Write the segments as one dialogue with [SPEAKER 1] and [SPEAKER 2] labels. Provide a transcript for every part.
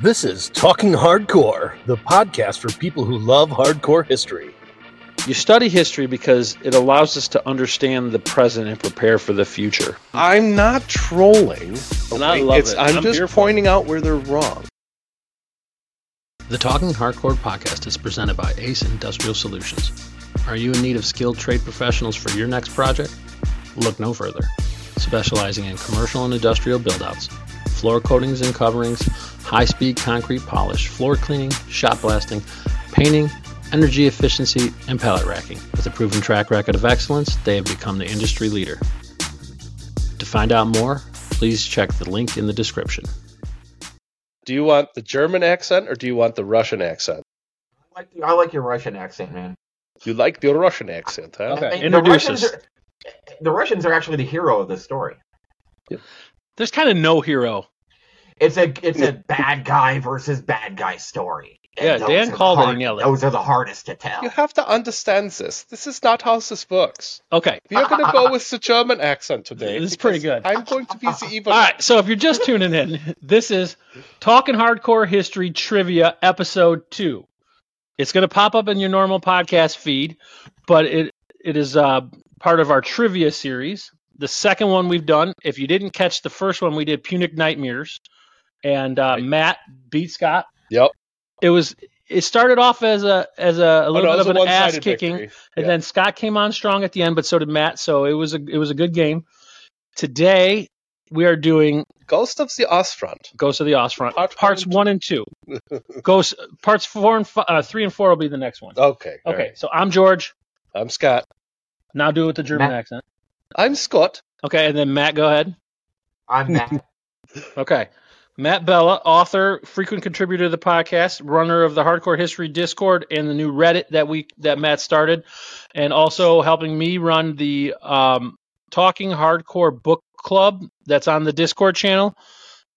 [SPEAKER 1] This is Talking Hardcore, the podcast for people who love hardcore history.
[SPEAKER 2] You study history because it allows us to understand the present and prepare for the future.
[SPEAKER 3] I'm not trolling.
[SPEAKER 2] And I love it.
[SPEAKER 3] I'm,
[SPEAKER 2] I'm
[SPEAKER 3] just
[SPEAKER 2] here for
[SPEAKER 3] pointing out where they're wrong.
[SPEAKER 4] The Talking Hardcore podcast is presented by Ace Industrial Solutions. Are you in need of skilled trade professionals for your next project? Look no further. Specializing in commercial and industrial buildouts, floor coatings and coverings, high speed concrete polish, floor cleaning, shot blasting, painting, energy efficiency, and pallet racking. With a proven track record of excellence, they have become the industry leader. To find out more, please check the link in the description.
[SPEAKER 3] Do you want the German accent or do you want the Russian accent?
[SPEAKER 5] I like, I like your Russian accent, man.
[SPEAKER 3] You like the Russian accent, huh?
[SPEAKER 2] Okay,
[SPEAKER 5] I- the
[SPEAKER 2] introduce
[SPEAKER 5] Russians
[SPEAKER 2] us.
[SPEAKER 5] are- the Russians are actually the hero of this story.
[SPEAKER 6] There's kind of no hero.
[SPEAKER 5] It's a it's a bad guy versus bad guy story. And
[SPEAKER 6] Yeah,
[SPEAKER 5] those
[SPEAKER 6] Dan
[SPEAKER 5] are the
[SPEAKER 6] called it
[SPEAKER 5] hard-
[SPEAKER 6] and nailed it.
[SPEAKER 5] Those are the hardest to tell.
[SPEAKER 3] You have to understand this. This is not how this works.
[SPEAKER 6] Okay.
[SPEAKER 3] We are going to go with the German accent today.
[SPEAKER 6] This is pretty
[SPEAKER 3] because
[SPEAKER 6] good.
[SPEAKER 3] I'm going to be the evil.
[SPEAKER 6] All right. So if you're just tuning in, this is Talking Hardcore History Trivia Episode 2. It's going to pop up in your normal podcast feed, but it it is uh, part of our trivia series. The second one we've done. If you didn't catch the first one, we did Punic Nightmares, and uh, Matt beat Scott.
[SPEAKER 3] Yep.
[SPEAKER 6] It was. It started off as a as a, a
[SPEAKER 3] Oh, no,
[SPEAKER 6] little
[SPEAKER 3] it was
[SPEAKER 6] bit of an
[SPEAKER 3] one-sided
[SPEAKER 6] ass kicking.
[SPEAKER 3] victory.
[SPEAKER 6] And
[SPEAKER 3] Yeah.
[SPEAKER 6] then Scott came on strong at the end, but so did Matt. So it was a it was a good game. Today we are doing
[SPEAKER 3] Ghost of the Ostfront.
[SPEAKER 6] Ghosts of the Osfront
[SPEAKER 3] Part one
[SPEAKER 6] parts
[SPEAKER 3] and two.
[SPEAKER 6] one and two. Ghosts parts four and fi- uh, three and four will be the next one.
[SPEAKER 3] Okay. all
[SPEAKER 6] okay,
[SPEAKER 3] right.
[SPEAKER 6] so I'm George.
[SPEAKER 3] I'm Scott.
[SPEAKER 6] Now do it with the German
[SPEAKER 5] Matt.
[SPEAKER 6] accent.
[SPEAKER 3] I'm Scott.
[SPEAKER 6] Okay, and then Matt, go ahead.
[SPEAKER 5] I'm Matt.
[SPEAKER 6] Okay. Matt Bella, author, frequent contributor to the podcast, runner of the Hardcore History Discord and the new Reddit that we that Matt started, and also helping me run the um, Talking Hardcore Book Club that's on the Discord channel.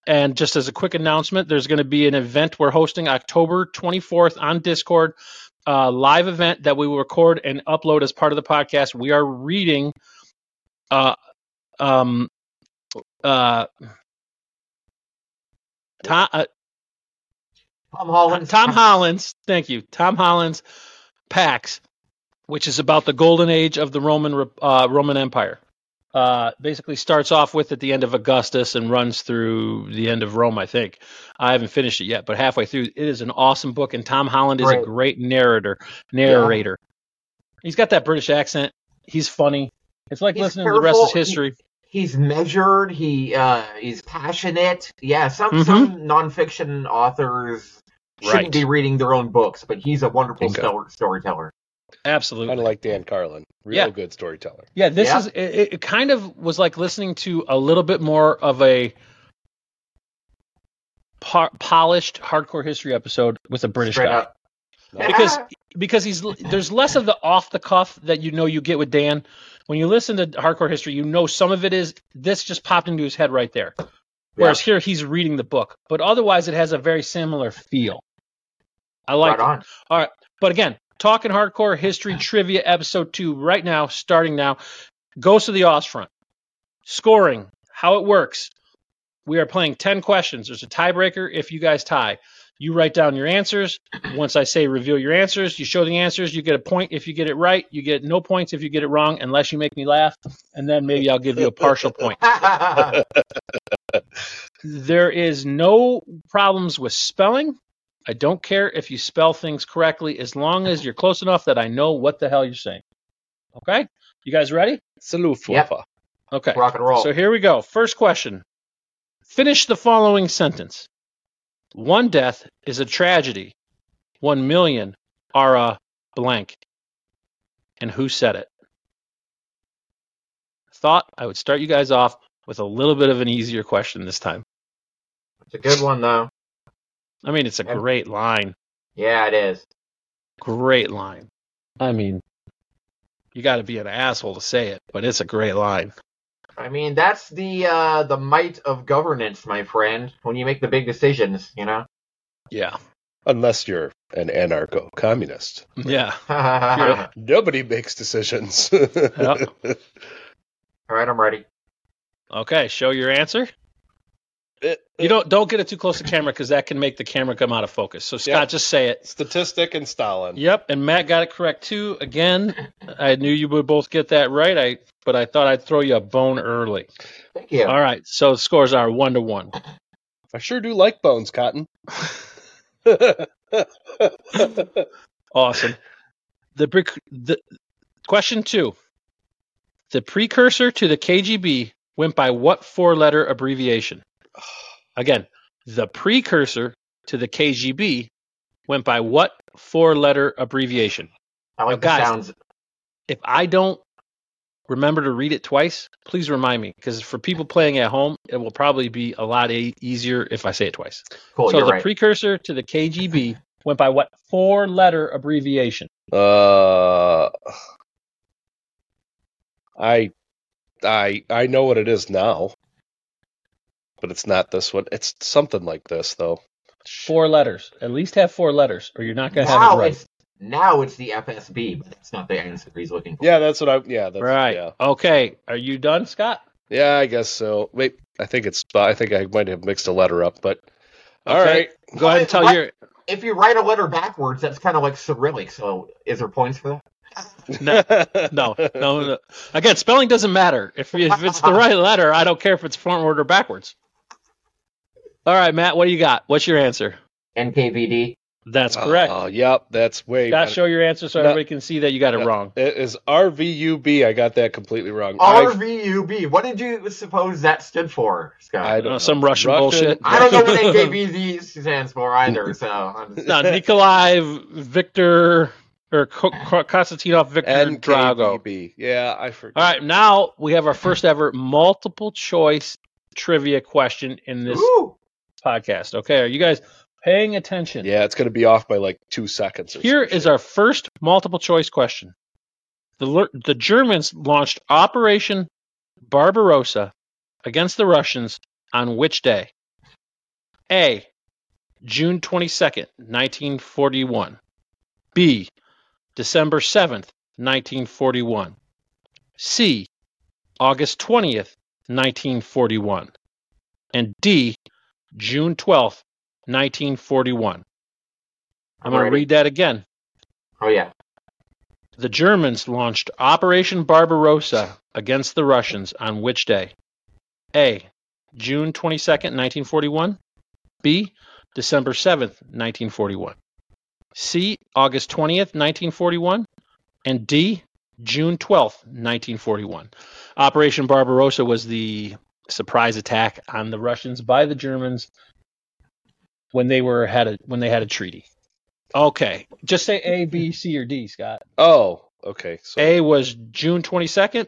[SPEAKER 6] And just as a quick announcement, there's going to be an event we're hosting October 24th on Discord, a live event that we will record and upload as part of the podcast. We are reading, uh, um, uh. Tom, uh,
[SPEAKER 5] Tom Holland.
[SPEAKER 6] Tom Holland's, thank you, Tom Holland's Pax, which is about the golden age of the Roman Re- uh, Roman Empire. Uh, basically starts off with at the end of Augustus and runs through the end of Rome, I think. I haven't finished it yet, but halfway through, it is an awesome book, and Tom Holland is
[SPEAKER 5] Great.
[SPEAKER 6] a great narrator. Narrator. He's got that British accent. He's funny. It's like
[SPEAKER 5] He's
[SPEAKER 6] listening to the rest is
[SPEAKER 5] careful. He-
[SPEAKER 6] history.
[SPEAKER 5] He's measured. He uh, he's passionate. Yeah, some
[SPEAKER 6] Mhm.
[SPEAKER 5] some nonfiction authors shouldn't
[SPEAKER 6] Right.
[SPEAKER 5] be reading their own books, but he's a wonderful
[SPEAKER 3] Okay.
[SPEAKER 5] stor- storyteller.
[SPEAKER 6] Absolutely.
[SPEAKER 3] Kind of like Dan Carlin. Real
[SPEAKER 6] Yeah.
[SPEAKER 3] good storyteller.
[SPEAKER 6] Yeah, this
[SPEAKER 5] Yeah.
[SPEAKER 6] is it, it kind of was like listening to a little bit more of a po- polished hardcore history episode with a British
[SPEAKER 5] Straight
[SPEAKER 6] guy
[SPEAKER 5] up.
[SPEAKER 6] Because- because he's there's less of the off the cuff that you know you get with Dan. When you listen to hardcore history, you know some of it is this just popped into his head right there. Whereas here he's reading the book, but otherwise it has a very similar feel. I like
[SPEAKER 5] right
[SPEAKER 6] it.
[SPEAKER 5] on.
[SPEAKER 6] But again, talking hardcore history trivia episode two right now, starting now. Goes to the Osfront. Scoring, how it works. We are playing 10 questions. There's a tiebreaker if you guys tie. You write down your answers. Once I say reveal your answers, you show the answers. You get a point if you get it right. You get no points if you get it wrong, unless you make me laugh. And then maybe I'll give you a partial point. There is no problems with spelling. I don't care if you spell things correctly as long as you're close enough that I know what the hell you're saying. Okay? You guys ready?
[SPEAKER 3] Salute,
[SPEAKER 5] Yep.
[SPEAKER 3] Fluffer.
[SPEAKER 6] Okay.
[SPEAKER 5] Rock and roll.
[SPEAKER 6] So here we go. First question. Finish the following sentence. One death is a tragedy. One million are a blank. And who said it? Thought I would start you guys off with a little bit of an easier question this time.
[SPEAKER 5] it's a good one though.
[SPEAKER 6] I mean, it's a
[SPEAKER 5] Yeah.
[SPEAKER 6] great line.
[SPEAKER 5] Yeah, it is.
[SPEAKER 6] Great line. I mean, you got to be an asshole to say it, but it's a great line.
[SPEAKER 5] I mean, that's the uh, the might of governance, my friend. When you make the big decisions, you know.
[SPEAKER 6] Yeah.
[SPEAKER 3] Unless you're an anarcho communist.
[SPEAKER 6] Yeah.
[SPEAKER 5] All
[SPEAKER 3] Nobody makes decisions.
[SPEAKER 6] Yep.
[SPEAKER 5] right, I'm ready.
[SPEAKER 6] Okay. Show your answer.
[SPEAKER 3] It-
[SPEAKER 6] You don't don't get it too close to camera because that can make the camera come out of focus. So Scott,
[SPEAKER 3] Yeah.
[SPEAKER 6] just say it.
[SPEAKER 3] statistic and Stalin.
[SPEAKER 6] Yep, and Matt got it correct too. Again, I knew you would both get that right. I but I thought I'd throw you a bone early.
[SPEAKER 5] Thank you.
[SPEAKER 6] All right, so the scores are one to one.
[SPEAKER 3] I sure do like bones, Cotton.
[SPEAKER 6] Awesome. The, prec- the question two. The precursor to the KGB went by what four-letter abbreviation? Again, the precursor to the KGB went by what four-letter abbreviation?
[SPEAKER 5] I like
[SPEAKER 6] Now,
[SPEAKER 5] the
[SPEAKER 6] guys-
[SPEAKER 5] sounds.
[SPEAKER 6] If I don't remember to read it twice, please remind me because for people playing at home, it will probably be a lot e- easier if I say it twice.
[SPEAKER 5] Cool,
[SPEAKER 6] so
[SPEAKER 5] you're
[SPEAKER 6] the
[SPEAKER 5] right.
[SPEAKER 6] precursor to the KGB went by what four-letter abbreviation?
[SPEAKER 3] uh, I, I, I know what it is now, but it's not this one. It's something like this, though.
[SPEAKER 6] four letters. At least have four letters, or you're not gonna have
[SPEAKER 5] now
[SPEAKER 6] it right.
[SPEAKER 5] it's now it's the FSB, but that's not the answer he's looking for.
[SPEAKER 3] Yeah, that's what I. Yeah, that's,
[SPEAKER 6] right.
[SPEAKER 3] Yeah,
[SPEAKER 6] Okay. Are you done, Scott?
[SPEAKER 3] yeah. I guess so. Wait, I think it's. I think I might have mixed a letter up, but all
[SPEAKER 6] Okay.
[SPEAKER 3] right.
[SPEAKER 6] Go ahead and tell
[SPEAKER 5] What?
[SPEAKER 6] your.
[SPEAKER 5] If you write a letter backwards, that's kind of like Cyrillic. So is there points for that?
[SPEAKER 6] No, No, no, no. Again, spelling doesn't matter. If if it's the right letter, I don't care if it's front order or backwards. All right, Matt. What do you got? What's your answer?
[SPEAKER 5] NKVD.
[SPEAKER 6] That's correct.
[SPEAKER 3] Oh, yep, that's way.
[SPEAKER 6] Scott, show your answer so
[SPEAKER 3] No.
[SPEAKER 6] everybody can see that you got it
[SPEAKER 3] No.
[SPEAKER 6] wrong.
[SPEAKER 3] It is RVUB. I got that completely wrong. I-
[SPEAKER 5] RVUB. What did you suppose that stood for, Scott?
[SPEAKER 3] I
[SPEAKER 5] I,
[SPEAKER 3] don't
[SPEAKER 6] Uh,
[SPEAKER 3] know.
[SPEAKER 6] some Russian bullshit.
[SPEAKER 5] don't know what NKVD e stands for either. So I'm just,
[SPEAKER 6] No, Nikolai Victor or Ko- Ko- Konstantinov Victor
[SPEAKER 3] and
[SPEAKER 6] Drago.
[SPEAKER 3] Drago. Yeah, I forgot.
[SPEAKER 6] All right, now we have our first ever multiple choice trivia question in this
[SPEAKER 5] Ooh,
[SPEAKER 6] podcast. Okay, are you guys paying attention?
[SPEAKER 3] Yeah, it's gonna be off by like two seconds. Or
[SPEAKER 6] Here
[SPEAKER 3] some
[SPEAKER 6] is
[SPEAKER 3] shit.
[SPEAKER 6] our first multiple choice question. The Ler- the Germans launched Operation Barbarossa against the Russians on which day? A. June 22nd, 1941. B. December 7th, 1941. C. August 20th, 1941. And D. June 12th, 1941. I'm going to
[SPEAKER 5] Alrighty.
[SPEAKER 6] read that again.
[SPEAKER 5] Oh yeah.
[SPEAKER 6] The Germans launched Operation Barbarossa against the Russians on which day? A. June 22nd, 1941. B. December 7th, 1941. C. August 20th, 1941. And D. June 12th, 1941. Operation Barbarossa was the surprise attack on the Russians by the Germans when they were had a when they had a treaty. Okay, just say A, B, C, or D, Scott.
[SPEAKER 3] Oh, okay. So
[SPEAKER 6] A was June 22nd,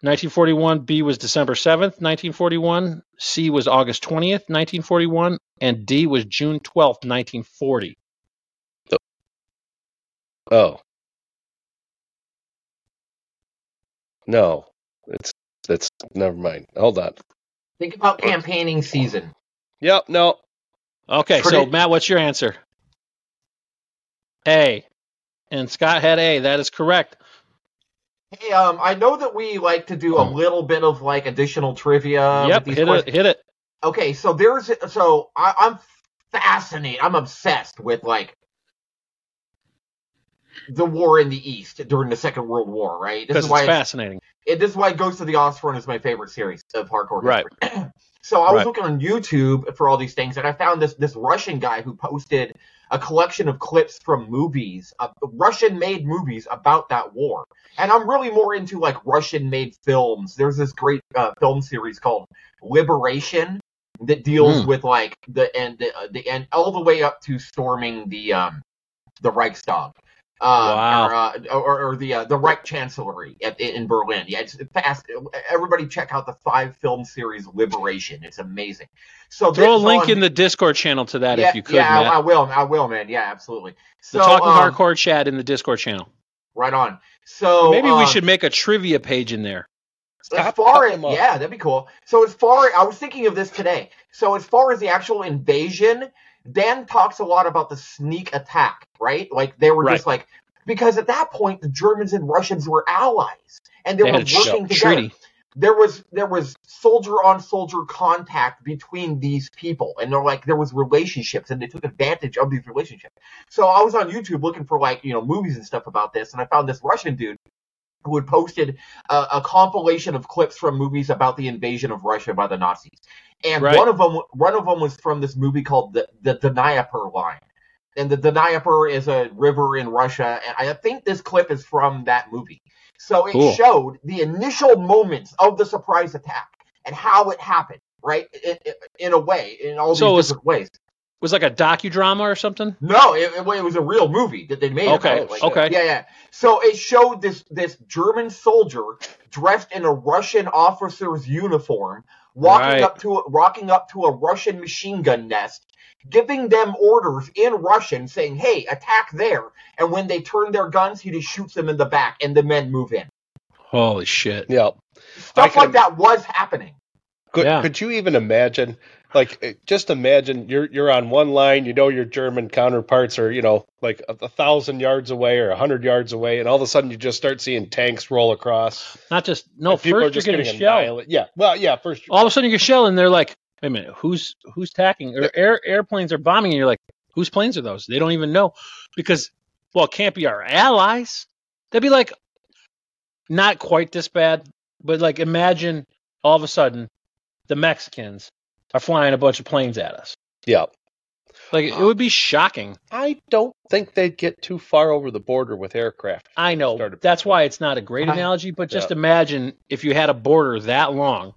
[SPEAKER 6] 1941. B was December 7th, 1941. C was August 20th, 1941. And D was June 12th, 1940.
[SPEAKER 3] oh. No. It's it's never mind. Hold on.
[SPEAKER 5] Think about campaigning season.
[SPEAKER 3] Yep, no.
[SPEAKER 6] Okay, so
[SPEAKER 5] Pretty-
[SPEAKER 6] Matt, what's your answer? A. And Scott had A. That is correct.
[SPEAKER 5] Hey, um, I know that we like to do a little bit of like additional trivia.
[SPEAKER 6] Oh. yep,
[SPEAKER 5] with these
[SPEAKER 6] hit
[SPEAKER 5] questions.
[SPEAKER 6] it, hit it.
[SPEAKER 5] okay so there's so I, i'm fascinated i'm obsessed with like the war in the east during the second world war right this
[SPEAKER 6] Because
[SPEAKER 5] is
[SPEAKER 6] it's
[SPEAKER 5] why
[SPEAKER 6] fascinating.
[SPEAKER 5] it, this is why ghost of the osborne is my favorite series of hardcore
[SPEAKER 6] Right.
[SPEAKER 5] history. so i was
[SPEAKER 6] Right.
[SPEAKER 5] looking on youtube for all these things and i found this this russian guy who posted a collection of clips from movies uh, russian made movies about that war and i'm really more into like russian made films there's this great uh, film series called liberation that deals
[SPEAKER 6] Hmm.
[SPEAKER 5] with like the end the, uh, the end all the way up to storming the um the Reichstag. Uh,
[SPEAKER 6] Wow.
[SPEAKER 5] or, uh, or, or the uh, the Reich Chancellery at, in Berlin. Yeah, it's fast. Everybody, check out the five film series Liberation. It's amazing. So
[SPEAKER 6] Throw a
[SPEAKER 5] this
[SPEAKER 6] link
[SPEAKER 5] on-
[SPEAKER 6] in the Discord channel to that
[SPEAKER 5] yeah,
[SPEAKER 6] if you could,
[SPEAKER 5] Yeah, I-
[SPEAKER 6] Matt.
[SPEAKER 5] I, will. I will, man. Yeah, absolutely. So
[SPEAKER 6] the Talking
[SPEAKER 5] um,
[SPEAKER 6] Hardcore chat in the Discord channel.
[SPEAKER 5] right on. So
[SPEAKER 6] Maybe we
[SPEAKER 5] um,
[SPEAKER 6] should make a trivia page in there.
[SPEAKER 5] as
[SPEAKER 3] Stop
[SPEAKER 5] far
[SPEAKER 3] cutting
[SPEAKER 5] as
[SPEAKER 3] them off.
[SPEAKER 5] yeah, that'd be cool. So as far I was thinking of this today. So as far as the actual invasion, Dan talks a lot about the sneak attack, right? Like they were just like because at that point the Germans and Russians were allies and they,
[SPEAKER 6] They
[SPEAKER 5] were
[SPEAKER 6] had a sh-
[SPEAKER 5] working together.
[SPEAKER 6] treaty.
[SPEAKER 5] there was there was soldier on soldier contact between these people and they're like there was relationships and they took advantage of these relationships so i was on youtube looking for like you know movies and stuff about this and i found this russian dude who had posted a, a compilation of clips from movies about the invasion of Russia by the Nazis, and
[SPEAKER 6] Right.
[SPEAKER 5] one of them one of them was from this movie called the the Dnieper Line, and the Dnieper is a river in Russia, and I think this clip is from that movie. So it
[SPEAKER 2] Cool.
[SPEAKER 5] showed the initial moments of the surprise attack and how it happened, right? In, in- in a way, in all
[SPEAKER 6] So it was-
[SPEAKER 5] these different ways.
[SPEAKER 6] was like a docudrama or something.
[SPEAKER 5] No, it, it, it was a real movie that they made.
[SPEAKER 6] Okay,
[SPEAKER 5] about it, like-
[SPEAKER 6] okay.
[SPEAKER 5] yeah, yeah. So it showed this this German soldier dressed in a Russian officer's uniform, walking
[SPEAKER 6] Right.
[SPEAKER 5] up to a, walking up to a Russian machine gun nest, giving them orders in Russian, saying, "Hey, attack there!" And when they turn their guns, he just shoots them in the back, and the men move in.
[SPEAKER 6] Holy shit!
[SPEAKER 3] Yeah. I
[SPEAKER 5] Stuff
[SPEAKER 3] can
[SPEAKER 5] like that was happening.
[SPEAKER 3] Could,
[SPEAKER 6] Yeah.
[SPEAKER 3] could you even imagine? Like, eh, just imagine you're you're on one line. You know your German counterparts are you know like a, a thousand yards away or a hundred yards away, and all of a sudden you just start seeing tanks roll across.
[SPEAKER 6] Not just no.
[SPEAKER 3] and people
[SPEAKER 6] First,
[SPEAKER 3] are just
[SPEAKER 6] you're Oh. getting
[SPEAKER 3] getting
[SPEAKER 6] shelled.
[SPEAKER 3] annihilated. Yeah. Well, yeah. First,
[SPEAKER 6] All of a sudden, you're shelled, and they're like, "Wait a minute, who's who's attacking?" Or air, airplanes are bombing, and you're like, "Whose planes are those?" They don't even know because, well, it can't be our allies. They'd be like, not quite this bad, but like imagine all of a sudden the Mexicans are flying a bunch of planes at us.
[SPEAKER 3] yeah.
[SPEAKER 6] Like it would be shocking.
[SPEAKER 3] I don't think they'd get too far over the border with aircraft.
[SPEAKER 6] I know
[SPEAKER 3] Started-
[SPEAKER 6] that's why it's not a great
[SPEAKER 5] I-
[SPEAKER 6] analogy, but just
[SPEAKER 3] Yeah.
[SPEAKER 6] imagine if you had a border that long,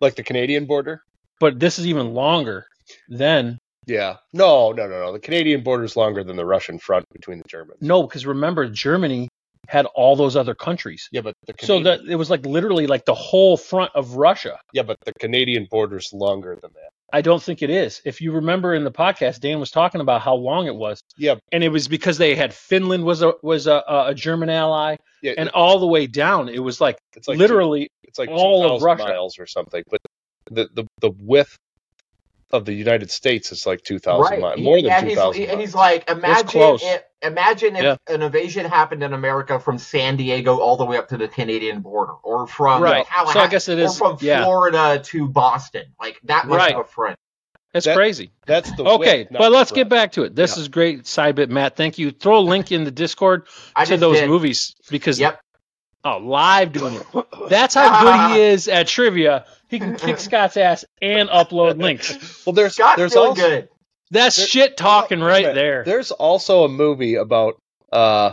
[SPEAKER 3] like the Canadian border.
[SPEAKER 6] but this is even longer. Then
[SPEAKER 3] Yeah. No, no, no, no. The Canadian border's longer than the Russian front between the Germans.
[SPEAKER 6] no, because remember Germany had all those other countries,
[SPEAKER 3] Yeah, but the
[SPEAKER 6] so
[SPEAKER 3] Canadian,
[SPEAKER 6] that it was like literally like the whole front of Russia.
[SPEAKER 3] yeah, but the Canadian border's longer than that.
[SPEAKER 6] I don't think it is. If you remember in the podcast, Dan was talking about how long it was.
[SPEAKER 3] Yeah.
[SPEAKER 6] and it was because they had Finland was a was a, a German ally,
[SPEAKER 3] Yeah,
[SPEAKER 6] and all the way down it was like,
[SPEAKER 3] it's like
[SPEAKER 6] literally
[SPEAKER 3] it's like
[SPEAKER 6] all of
[SPEAKER 3] 2,000
[SPEAKER 6] Russia.
[SPEAKER 3] miles or something. But the, the the width of the United States is like two thousand miles, more
[SPEAKER 5] Yeah,
[SPEAKER 3] than two
[SPEAKER 5] he's-
[SPEAKER 3] thousand.
[SPEAKER 5] And he's like, imagine
[SPEAKER 6] close.
[SPEAKER 5] if, imagine if
[SPEAKER 6] Yeah.
[SPEAKER 5] an invasion happened in America from San Diego all the way up to the Canadian border, or from
[SPEAKER 6] right.
[SPEAKER 5] Tallahassee,
[SPEAKER 6] So I guess it
[SPEAKER 5] or
[SPEAKER 6] is.
[SPEAKER 5] from
[SPEAKER 6] Yeah,
[SPEAKER 5] Florida to Boston. Like that much
[SPEAKER 6] Right.
[SPEAKER 5] of a friend.
[SPEAKER 6] it's
[SPEAKER 3] That-
[SPEAKER 6] crazy.
[SPEAKER 3] That's the
[SPEAKER 6] Okay,
[SPEAKER 3] width, not
[SPEAKER 6] but
[SPEAKER 3] the
[SPEAKER 6] let's
[SPEAKER 3] breadth.
[SPEAKER 6] get back to it. This is great side bit, Matt. Thank you. Throw a link in the Discord
[SPEAKER 5] I
[SPEAKER 6] to
[SPEAKER 5] just
[SPEAKER 6] those
[SPEAKER 5] did.
[SPEAKER 6] movies because
[SPEAKER 5] Yep.
[SPEAKER 6] oh, live doing it. That's how good he is at trivia. He can kick Scott's ass and upload links.
[SPEAKER 3] Well, there's
[SPEAKER 5] Scott's
[SPEAKER 3] there's
[SPEAKER 5] feeling
[SPEAKER 3] also
[SPEAKER 5] good.
[SPEAKER 6] That's
[SPEAKER 3] There-
[SPEAKER 6] shit talking
[SPEAKER 3] Wait a
[SPEAKER 6] right
[SPEAKER 3] minute.
[SPEAKER 6] there.
[SPEAKER 3] There's also a movie about uh,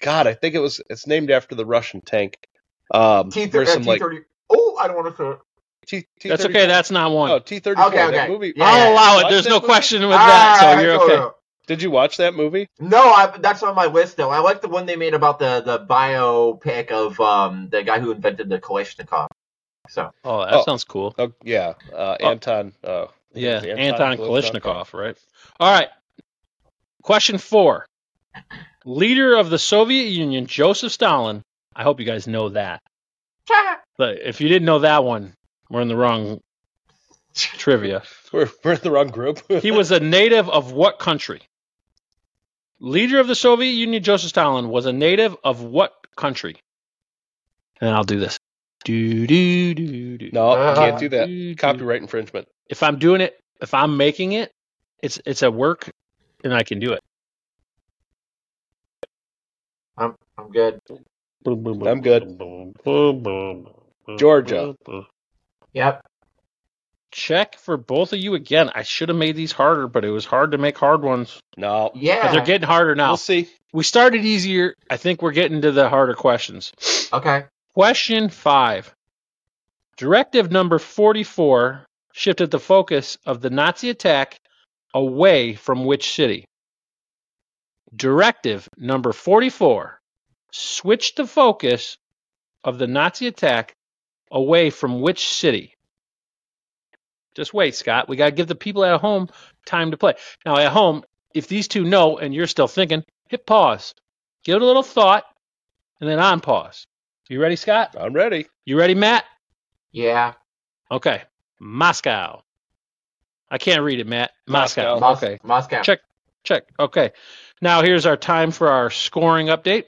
[SPEAKER 3] God, I think it was it's named after the Russian tank. Um,
[SPEAKER 5] T
[SPEAKER 3] where some,
[SPEAKER 5] thirty.
[SPEAKER 3] like,
[SPEAKER 5] Oh, I don't want to. All
[SPEAKER 3] T- T-
[SPEAKER 6] That's okay. That's not one.
[SPEAKER 3] Oh, T thirty four.
[SPEAKER 5] Okay, okay.
[SPEAKER 3] That movie.
[SPEAKER 5] Yeah. Ah,
[SPEAKER 6] I'll allow it.
[SPEAKER 3] Watch
[SPEAKER 6] There's
[SPEAKER 3] that
[SPEAKER 6] no
[SPEAKER 3] movie?
[SPEAKER 6] question with that, so
[SPEAKER 5] right,
[SPEAKER 6] you're
[SPEAKER 5] go,
[SPEAKER 6] okay.
[SPEAKER 5] go.
[SPEAKER 3] Did you watch that movie?
[SPEAKER 5] No, I, that's on my list though. I like the one they made about the the biopic of um the guy who invented the Kalashnikov. So
[SPEAKER 6] Oh, that
[SPEAKER 3] Oh.
[SPEAKER 6] sounds cool.
[SPEAKER 3] Oh yeah, uh,
[SPEAKER 6] Oh.
[SPEAKER 3] Anton. Uh,
[SPEAKER 6] Yeah,
[SPEAKER 3] is it
[SPEAKER 6] Anton Kalishnikov, right? All right. Question four. Leader of the Soviet Union, Joseph Stalin. I hope you guys know that. But if you didn't know that one, we're in the wrong trivia.
[SPEAKER 3] We're, we're in the wrong group.
[SPEAKER 6] He was a native of what country? Leader of the Soviet Union, Joseph Stalin, was a native of what country? And I'll do this. Do, do, do, do.
[SPEAKER 3] no,
[SPEAKER 5] Uh,
[SPEAKER 3] can't do that.
[SPEAKER 6] Do, do.
[SPEAKER 3] Copyright infringement.
[SPEAKER 6] if I'm doing it, if I'm making it, it's it's at work, and I can do it.
[SPEAKER 5] I'm I'm good.
[SPEAKER 3] I'm good. Georgia.
[SPEAKER 5] Yep.
[SPEAKER 6] Check for both of you again. I should have made these harder, but it was hard to make hard ones.
[SPEAKER 3] No.
[SPEAKER 6] But
[SPEAKER 5] Yeah.
[SPEAKER 6] They're getting harder now.
[SPEAKER 3] We'll see.
[SPEAKER 6] We started easier. I think we're getting to the harder questions.
[SPEAKER 5] okay.
[SPEAKER 6] Question five. Directive number 44 shifted the focus of the Nazi attack away from which city? Directive number 44 switched the focus of the Nazi attack away from which city? Just wait, Scott. We got to give the people at home time to play. Now, at home, if these two know and you're still thinking, hit pause. Give it a little thought and then on pause. You ready, Scott?
[SPEAKER 3] I'm ready.
[SPEAKER 6] You ready, Matt?
[SPEAKER 5] Yeah.
[SPEAKER 6] Okay. Moscow. I can't read it, Matt. Moscow.
[SPEAKER 5] Mos-
[SPEAKER 6] Oh, Okay.
[SPEAKER 5] Moscow.
[SPEAKER 6] Check. Check. Okay. Now here's our time for our scoring update.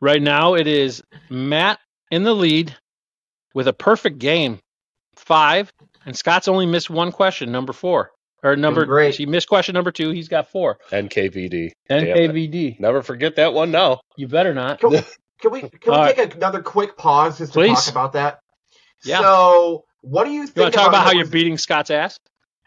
[SPEAKER 6] Right now it is Matt in the lead with a perfect game, five. And Scott's only missed one question, number four. Or number
[SPEAKER 5] great.
[SPEAKER 6] she missed question number two. He's got four.
[SPEAKER 3] NKVD. Damn it.
[SPEAKER 6] NKVD.
[SPEAKER 3] Never forget that one now.
[SPEAKER 6] You better not.
[SPEAKER 5] Can, can we can we
[SPEAKER 6] All
[SPEAKER 5] take another quick pause just to
[SPEAKER 6] Please.
[SPEAKER 5] talk about that?
[SPEAKER 6] Yeah.
[SPEAKER 5] So, what do you think
[SPEAKER 6] You want to talk about how you're
[SPEAKER 5] Hitler's-
[SPEAKER 6] beating Scott's ass?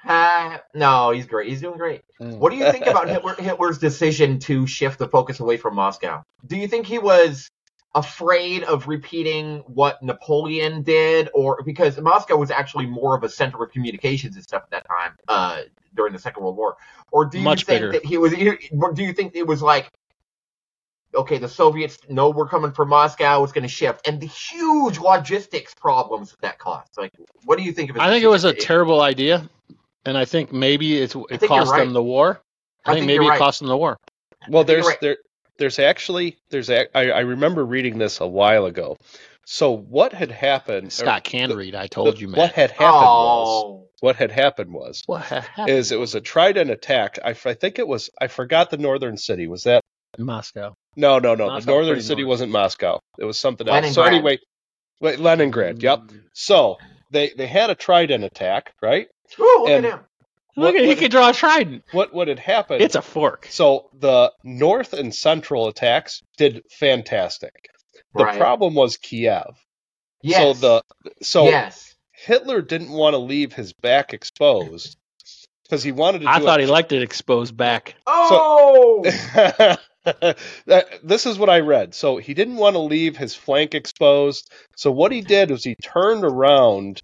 [SPEAKER 5] Ah, no, he's great. He's doing great. What do you think about Hitler, Hitler's decision to shift the focus away from Moscow? Do you think he was afraid of repeating what Napoleon did, or because Moscow was actually more of a center of communications and stuff at that time uh, during the Second World War, or do you
[SPEAKER 6] Much
[SPEAKER 5] think
[SPEAKER 6] bigger.
[SPEAKER 5] that he was? Do you think it was like? Okay, the Soviets know we're coming for Moscow. It's going to shift, and the huge logistics problems that that caused. Like, what do you think of? his
[SPEAKER 6] I think it was a
[SPEAKER 5] decision?
[SPEAKER 6] terrible idea, and I think maybe it's
[SPEAKER 5] I
[SPEAKER 6] it
[SPEAKER 5] think you're
[SPEAKER 6] cost
[SPEAKER 5] right.
[SPEAKER 6] them the war. I,
[SPEAKER 5] I
[SPEAKER 6] think,
[SPEAKER 5] think
[SPEAKER 6] maybe
[SPEAKER 5] you're
[SPEAKER 6] it
[SPEAKER 5] right.
[SPEAKER 6] cost them the war.
[SPEAKER 3] Well,
[SPEAKER 5] I think you're
[SPEAKER 3] there's
[SPEAKER 5] right.
[SPEAKER 3] there, there's actually there's ac- I, I remember reading this a while ago. So what had happened? or
[SPEAKER 6] Scott can
[SPEAKER 3] the-
[SPEAKER 6] read. I told
[SPEAKER 3] the-
[SPEAKER 6] you,
[SPEAKER 3] What
[SPEAKER 6] man.
[SPEAKER 3] had happened was
[SPEAKER 5] Oh.
[SPEAKER 3] what had happened was
[SPEAKER 6] What happened
[SPEAKER 3] is it was a trident attack. I, f- I think it was I forgot the northern city. Was that
[SPEAKER 6] in Moscow?
[SPEAKER 3] no no no
[SPEAKER 6] Moscow's
[SPEAKER 3] the northern
[SPEAKER 6] pretty
[SPEAKER 3] city
[SPEAKER 6] north.
[SPEAKER 3] wasn't Moscow. It was something else. So
[SPEAKER 5] Leningrad.
[SPEAKER 3] anyway, wait, Leningrad. Yep.
[SPEAKER 6] Hmm.
[SPEAKER 3] So they they had a trident attack, right?
[SPEAKER 5] Ooh, look
[SPEAKER 3] And-
[SPEAKER 5] at him.
[SPEAKER 6] Look
[SPEAKER 3] What-
[SPEAKER 6] at he
[SPEAKER 3] what-
[SPEAKER 6] can draw a trident.
[SPEAKER 3] What what had happened?
[SPEAKER 6] It's a fork.
[SPEAKER 3] So the north and central attacks did fantastic. The
[SPEAKER 5] Right.
[SPEAKER 3] problem was Kiev.
[SPEAKER 5] Yes.
[SPEAKER 3] So the so
[SPEAKER 5] yes.
[SPEAKER 3] Hitler didn't want to leave his back exposed because he wanted to.
[SPEAKER 6] I
[SPEAKER 3] do
[SPEAKER 6] thought
[SPEAKER 3] a-
[SPEAKER 6] he liked it exposed back.
[SPEAKER 5] Oh,
[SPEAKER 3] That- this is what I read. So he didn't want to leave his flank exposed. So what he did was he turned around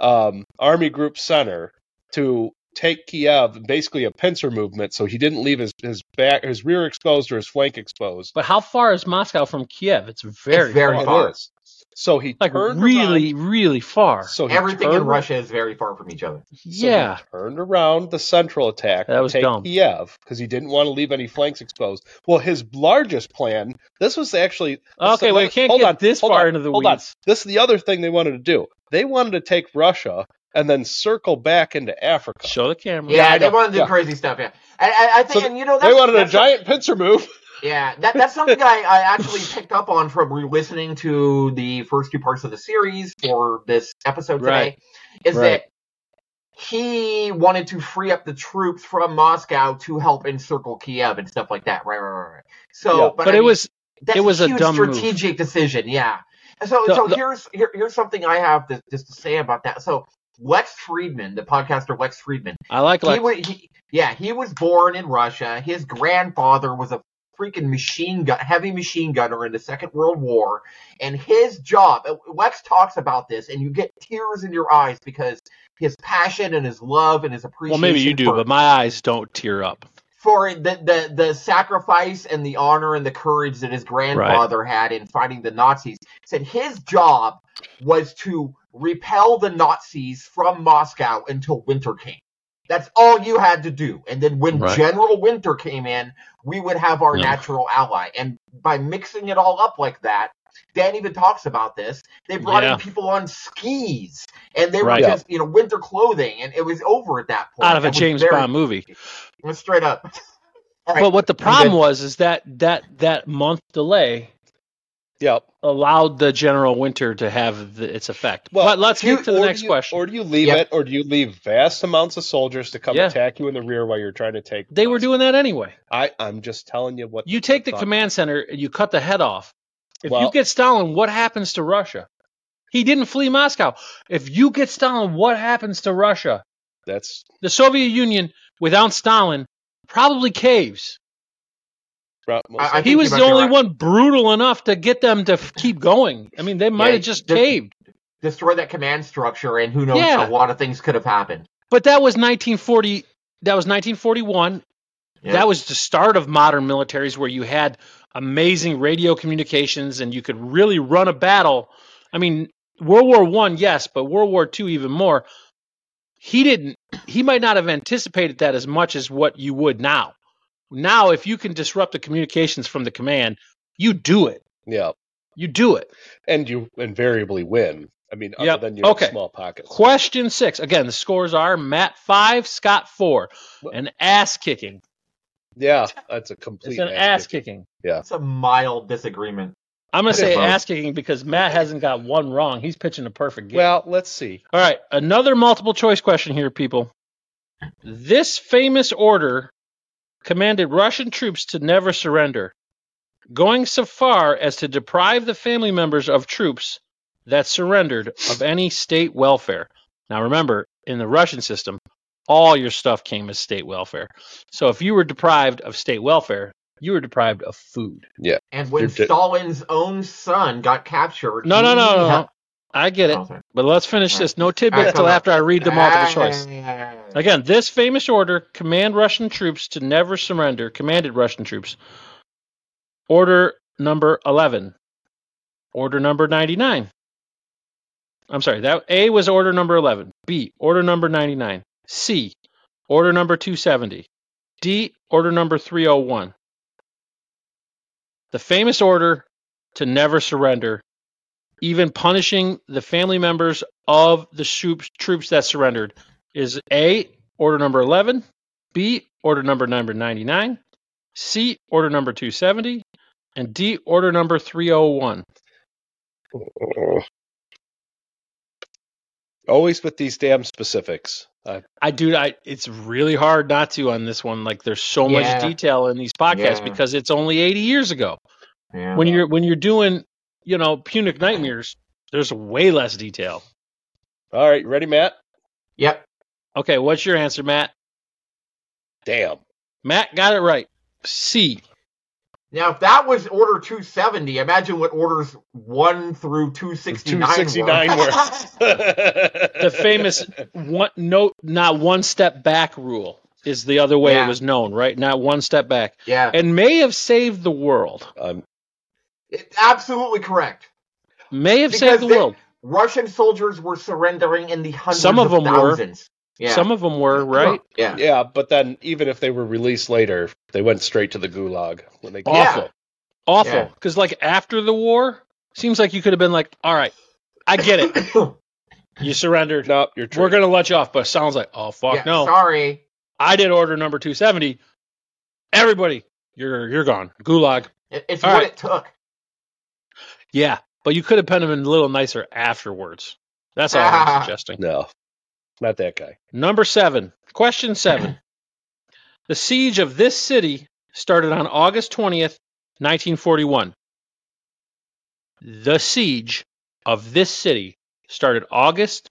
[SPEAKER 3] um, Army Group Center to take Kiev, basically a pincer movement. So he didn't leave his, his back, his rear exposed or his flank exposed.
[SPEAKER 6] But how far is Moscow from Kiev? It's very,
[SPEAKER 5] It's very
[SPEAKER 6] far.
[SPEAKER 5] far.
[SPEAKER 3] It is. So he
[SPEAKER 6] like
[SPEAKER 3] turned
[SPEAKER 6] really, really far.
[SPEAKER 3] around- so he
[SPEAKER 5] everything in
[SPEAKER 3] turned-
[SPEAKER 5] Russia is very far from each other.
[SPEAKER 3] So
[SPEAKER 6] yeah,
[SPEAKER 3] he turned around the central attack.
[SPEAKER 6] That
[SPEAKER 3] to
[SPEAKER 6] was
[SPEAKER 3] take
[SPEAKER 6] dumb.
[SPEAKER 3] Kiev because he didn't want to leave any flanks exposed. Well, his largest plan. This was actually
[SPEAKER 6] Okay, well, you can't
[SPEAKER 3] hold
[SPEAKER 6] get
[SPEAKER 3] on,
[SPEAKER 6] this
[SPEAKER 3] hold
[SPEAKER 6] far
[SPEAKER 3] on,
[SPEAKER 6] into the
[SPEAKER 3] hold
[SPEAKER 6] weeds.
[SPEAKER 3] On. This is the other thing they wanted to do. They wanted to take Russia and then circle back into Africa.
[SPEAKER 6] show the camera.
[SPEAKER 5] Yeah,
[SPEAKER 3] I
[SPEAKER 5] they
[SPEAKER 3] know.
[SPEAKER 5] want to do
[SPEAKER 3] Yeah.
[SPEAKER 5] crazy stuff. Yeah, and, and I think,
[SPEAKER 3] So
[SPEAKER 5] and you know, that's,
[SPEAKER 3] they wanted a
[SPEAKER 5] that's
[SPEAKER 3] giant pincer move.
[SPEAKER 5] Yeah, that, that's something I, I actually picked up on from re-listening to the first two parts of the series for this episode today.
[SPEAKER 6] Right.
[SPEAKER 5] Is
[SPEAKER 6] Right.
[SPEAKER 5] that he wanted to free up the troops from Moscow to help encircle Kiev and stuff like that. Right, right, right. right. So,
[SPEAKER 3] Yeah.
[SPEAKER 5] but,
[SPEAKER 6] but
[SPEAKER 5] I
[SPEAKER 6] it
[SPEAKER 5] mean,
[SPEAKER 6] was
[SPEAKER 5] that's
[SPEAKER 6] it was a
[SPEAKER 5] huge
[SPEAKER 6] dumb move.
[SPEAKER 5] strategic decision. Yeah. So,
[SPEAKER 6] The-
[SPEAKER 5] so
[SPEAKER 6] the-
[SPEAKER 5] here's here, here's something I have to, just to say about that. So, Lex Friedman, the podcaster Lex Friedman,
[SPEAKER 6] I like
[SPEAKER 5] he
[SPEAKER 6] like
[SPEAKER 5] wa- he- yeah, he was born in Russia. His grandfather was a freaking machine gun, heavy machine gunner in the Second World War, and his job. uh, Lex talks about this, and you get tears in your eyes because his passion and his love and his
[SPEAKER 6] well
[SPEAKER 5] appreciation.
[SPEAKER 6] maybe you do,
[SPEAKER 5] for,
[SPEAKER 6] but my eyes don't tear up.
[SPEAKER 5] for the, the the sacrifice and the honor and the courage that his grandfather had in fighting the Nazis. Said his job was to repel the Nazis from Moscow until winter came. That's all you had to do. And then when
[SPEAKER 6] Right.
[SPEAKER 5] General Winter came in, we would have our
[SPEAKER 6] Yeah.
[SPEAKER 5] natural ally. And by mixing it all up like that, Dan even talks about this. They brought
[SPEAKER 6] Yeah.
[SPEAKER 5] in people on skis and they
[SPEAKER 6] Right.
[SPEAKER 5] were just, you know, winter clothing and it was over at that point.
[SPEAKER 6] Out of a
[SPEAKER 5] It was
[SPEAKER 6] James
[SPEAKER 5] very-
[SPEAKER 6] Bond movie.
[SPEAKER 5] it was Straight up. Right.
[SPEAKER 6] But what the problem
[SPEAKER 5] then-
[SPEAKER 6] was is that that that month delay
[SPEAKER 3] Yep.
[SPEAKER 6] allowed the general winter to have the, its effect.
[SPEAKER 3] Well,
[SPEAKER 6] but let's
[SPEAKER 3] do you-
[SPEAKER 6] get to the
[SPEAKER 3] or
[SPEAKER 6] next
[SPEAKER 3] do you-
[SPEAKER 6] question.
[SPEAKER 3] Or do you leave
[SPEAKER 5] Yep.
[SPEAKER 3] it, or do you leave vast amounts of soldiers to come
[SPEAKER 6] Yeah.
[SPEAKER 3] attack you in the rear while you're trying to take?
[SPEAKER 6] they were
[SPEAKER 3] Moscow?
[SPEAKER 6] doing that anyway.
[SPEAKER 3] I, I'm just telling you what
[SPEAKER 6] You take the
[SPEAKER 3] thought.
[SPEAKER 6] command center and you cut the head off. If you
[SPEAKER 3] Well-
[SPEAKER 6] get Stalin, what happens to Russia? He didn't flee Moscow. If you get Stalin, what happens to Russia?
[SPEAKER 3] That's
[SPEAKER 6] The Soviet Union without Stalin probably caves.
[SPEAKER 3] right.
[SPEAKER 5] I
[SPEAKER 6] He
[SPEAKER 5] think
[SPEAKER 6] was
[SPEAKER 5] you
[SPEAKER 6] the
[SPEAKER 5] might be
[SPEAKER 6] only
[SPEAKER 5] right.
[SPEAKER 6] one brutal enough to get them to f- keep going. I mean, they might
[SPEAKER 5] he
[SPEAKER 6] have just
[SPEAKER 5] did-
[SPEAKER 6] caved.
[SPEAKER 5] destroy that command structure, and who knows,
[SPEAKER 6] Yeah.
[SPEAKER 5] a lot of things could have happened.
[SPEAKER 6] But that was 1940. That was 1941.
[SPEAKER 5] Yeah.
[SPEAKER 6] That was the start of modern militaries where you had amazing radio communications and you could really run a battle. I mean, World War One, yes, but World War Two even more. He didn't. He might not have anticipated that as much as what you would now. Now, if you can disrupt the communications from the command, you do it.
[SPEAKER 3] yeah,
[SPEAKER 6] You do it.
[SPEAKER 3] and you invariably win. I mean, other
[SPEAKER 6] Yep.
[SPEAKER 3] than your
[SPEAKER 6] Okay.
[SPEAKER 3] small pockets.
[SPEAKER 6] Question six. Again, the scores are Matt five, Scott four. An ass kicking.
[SPEAKER 3] Yeah, that's a complete.
[SPEAKER 6] It's an
[SPEAKER 3] ass
[SPEAKER 6] ass
[SPEAKER 3] kick.
[SPEAKER 6] kicking.
[SPEAKER 5] That's a mild disagreement.
[SPEAKER 6] I'm going to say
[SPEAKER 5] Yeah,
[SPEAKER 3] Oh.
[SPEAKER 5] Bob.
[SPEAKER 6] asking because Matt hasn't got one wrong. He's pitching a perfect game.
[SPEAKER 3] Well, let's see.
[SPEAKER 6] All right, another multiple choice question here, people. This famous order commanded Russian troops to never surrender, going so far as to deprive the family members of troops that surrendered of any state welfare. Now, remember, in the Russian system, all your stuff came as state welfare. So if you were deprived of state welfare, you were deprived of food.
[SPEAKER 5] And when
[SPEAKER 3] You're di-
[SPEAKER 5] Stalin's own son got captured,
[SPEAKER 6] No, no,
[SPEAKER 5] he
[SPEAKER 6] no, no.
[SPEAKER 5] had-
[SPEAKER 6] no. I get it.
[SPEAKER 5] Oh, sorry.
[SPEAKER 6] But let's finish
[SPEAKER 5] All right.
[SPEAKER 6] this. No tidbits till after I read the multiple choice. Again, this famous order command Russian troops to never surrender, commanded Russian troops. Order number 11. Order number 99. I'm sorry, that A was order number 11. B, order number 99. C, order number 270. D, order number 301. The famous order to never surrender, even punishing the family members of the troops, troops that surrendered is A, order number 11, B, order number number 99, C, order number 270, and D, order number 301.
[SPEAKER 3] Ugh. Always with these damn specifics. Uh, I
[SPEAKER 6] I do I it's really hard not to on this one like there's so much
[SPEAKER 5] Yeah.
[SPEAKER 6] detail in these podcasts
[SPEAKER 5] Yeah.
[SPEAKER 6] because it's only 80 years ago.
[SPEAKER 5] Yeah.
[SPEAKER 6] When you're when you're doing, you know, Punic Nightmares, there's way less detail.
[SPEAKER 3] all right, you ready, Matt?
[SPEAKER 5] Yep.
[SPEAKER 6] Okay, what's your answer, Matt?
[SPEAKER 3] Damn.
[SPEAKER 6] Matt got it right. C.
[SPEAKER 5] Now, if that was order 270, imagine what orders 1 through 269 were.
[SPEAKER 3] 269
[SPEAKER 6] the
[SPEAKER 3] the
[SPEAKER 6] famous one no not one step back rule is the other way
[SPEAKER 5] Yeah.
[SPEAKER 6] it was known right not one step back
[SPEAKER 5] yeah.
[SPEAKER 6] and may have saved the world
[SPEAKER 3] Um,
[SPEAKER 5] It's absolutely correct.
[SPEAKER 6] may have
[SPEAKER 5] Because
[SPEAKER 6] saved the
[SPEAKER 5] they-
[SPEAKER 6] world
[SPEAKER 5] Russian soldiers were surrendering in the hundreds
[SPEAKER 6] Some of them were.
[SPEAKER 5] thousands. Yeah.
[SPEAKER 6] some of them were right
[SPEAKER 5] yeah.
[SPEAKER 3] yeah, but then even if they were released later, they went straight to the gulag when they
[SPEAKER 5] Yeah.
[SPEAKER 6] awful awful
[SPEAKER 5] Yeah.
[SPEAKER 6] because like after the war seems like you could have been like all right i get it you surrendered
[SPEAKER 3] No, you're
[SPEAKER 6] we're
[SPEAKER 3] true.
[SPEAKER 6] gonna let you off but it sounds like oh fuck
[SPEAKER 5] Yeah,
[SPEAKER 6] no
[SPEAKER 5] Sorry.
[SPEAKER 6] i did order number 270 everybody you're you're gone gulag
[SPEAKER 5] It- It's
[SPEAKER 6] All
[SPEAKER 5] what
[SPEAKER 6] right.
[SPEAKER 5] it took.
[SPEAKER 6] Yeah, but you could have penned him in a little nicer afterwards. That's all I'm suggesting.
[SPEAKER 3] No, not that guy.
[SPEAKER 6] Number seven. Question seven. the siege of this city started on August 20th, 1941. The siege of this city started August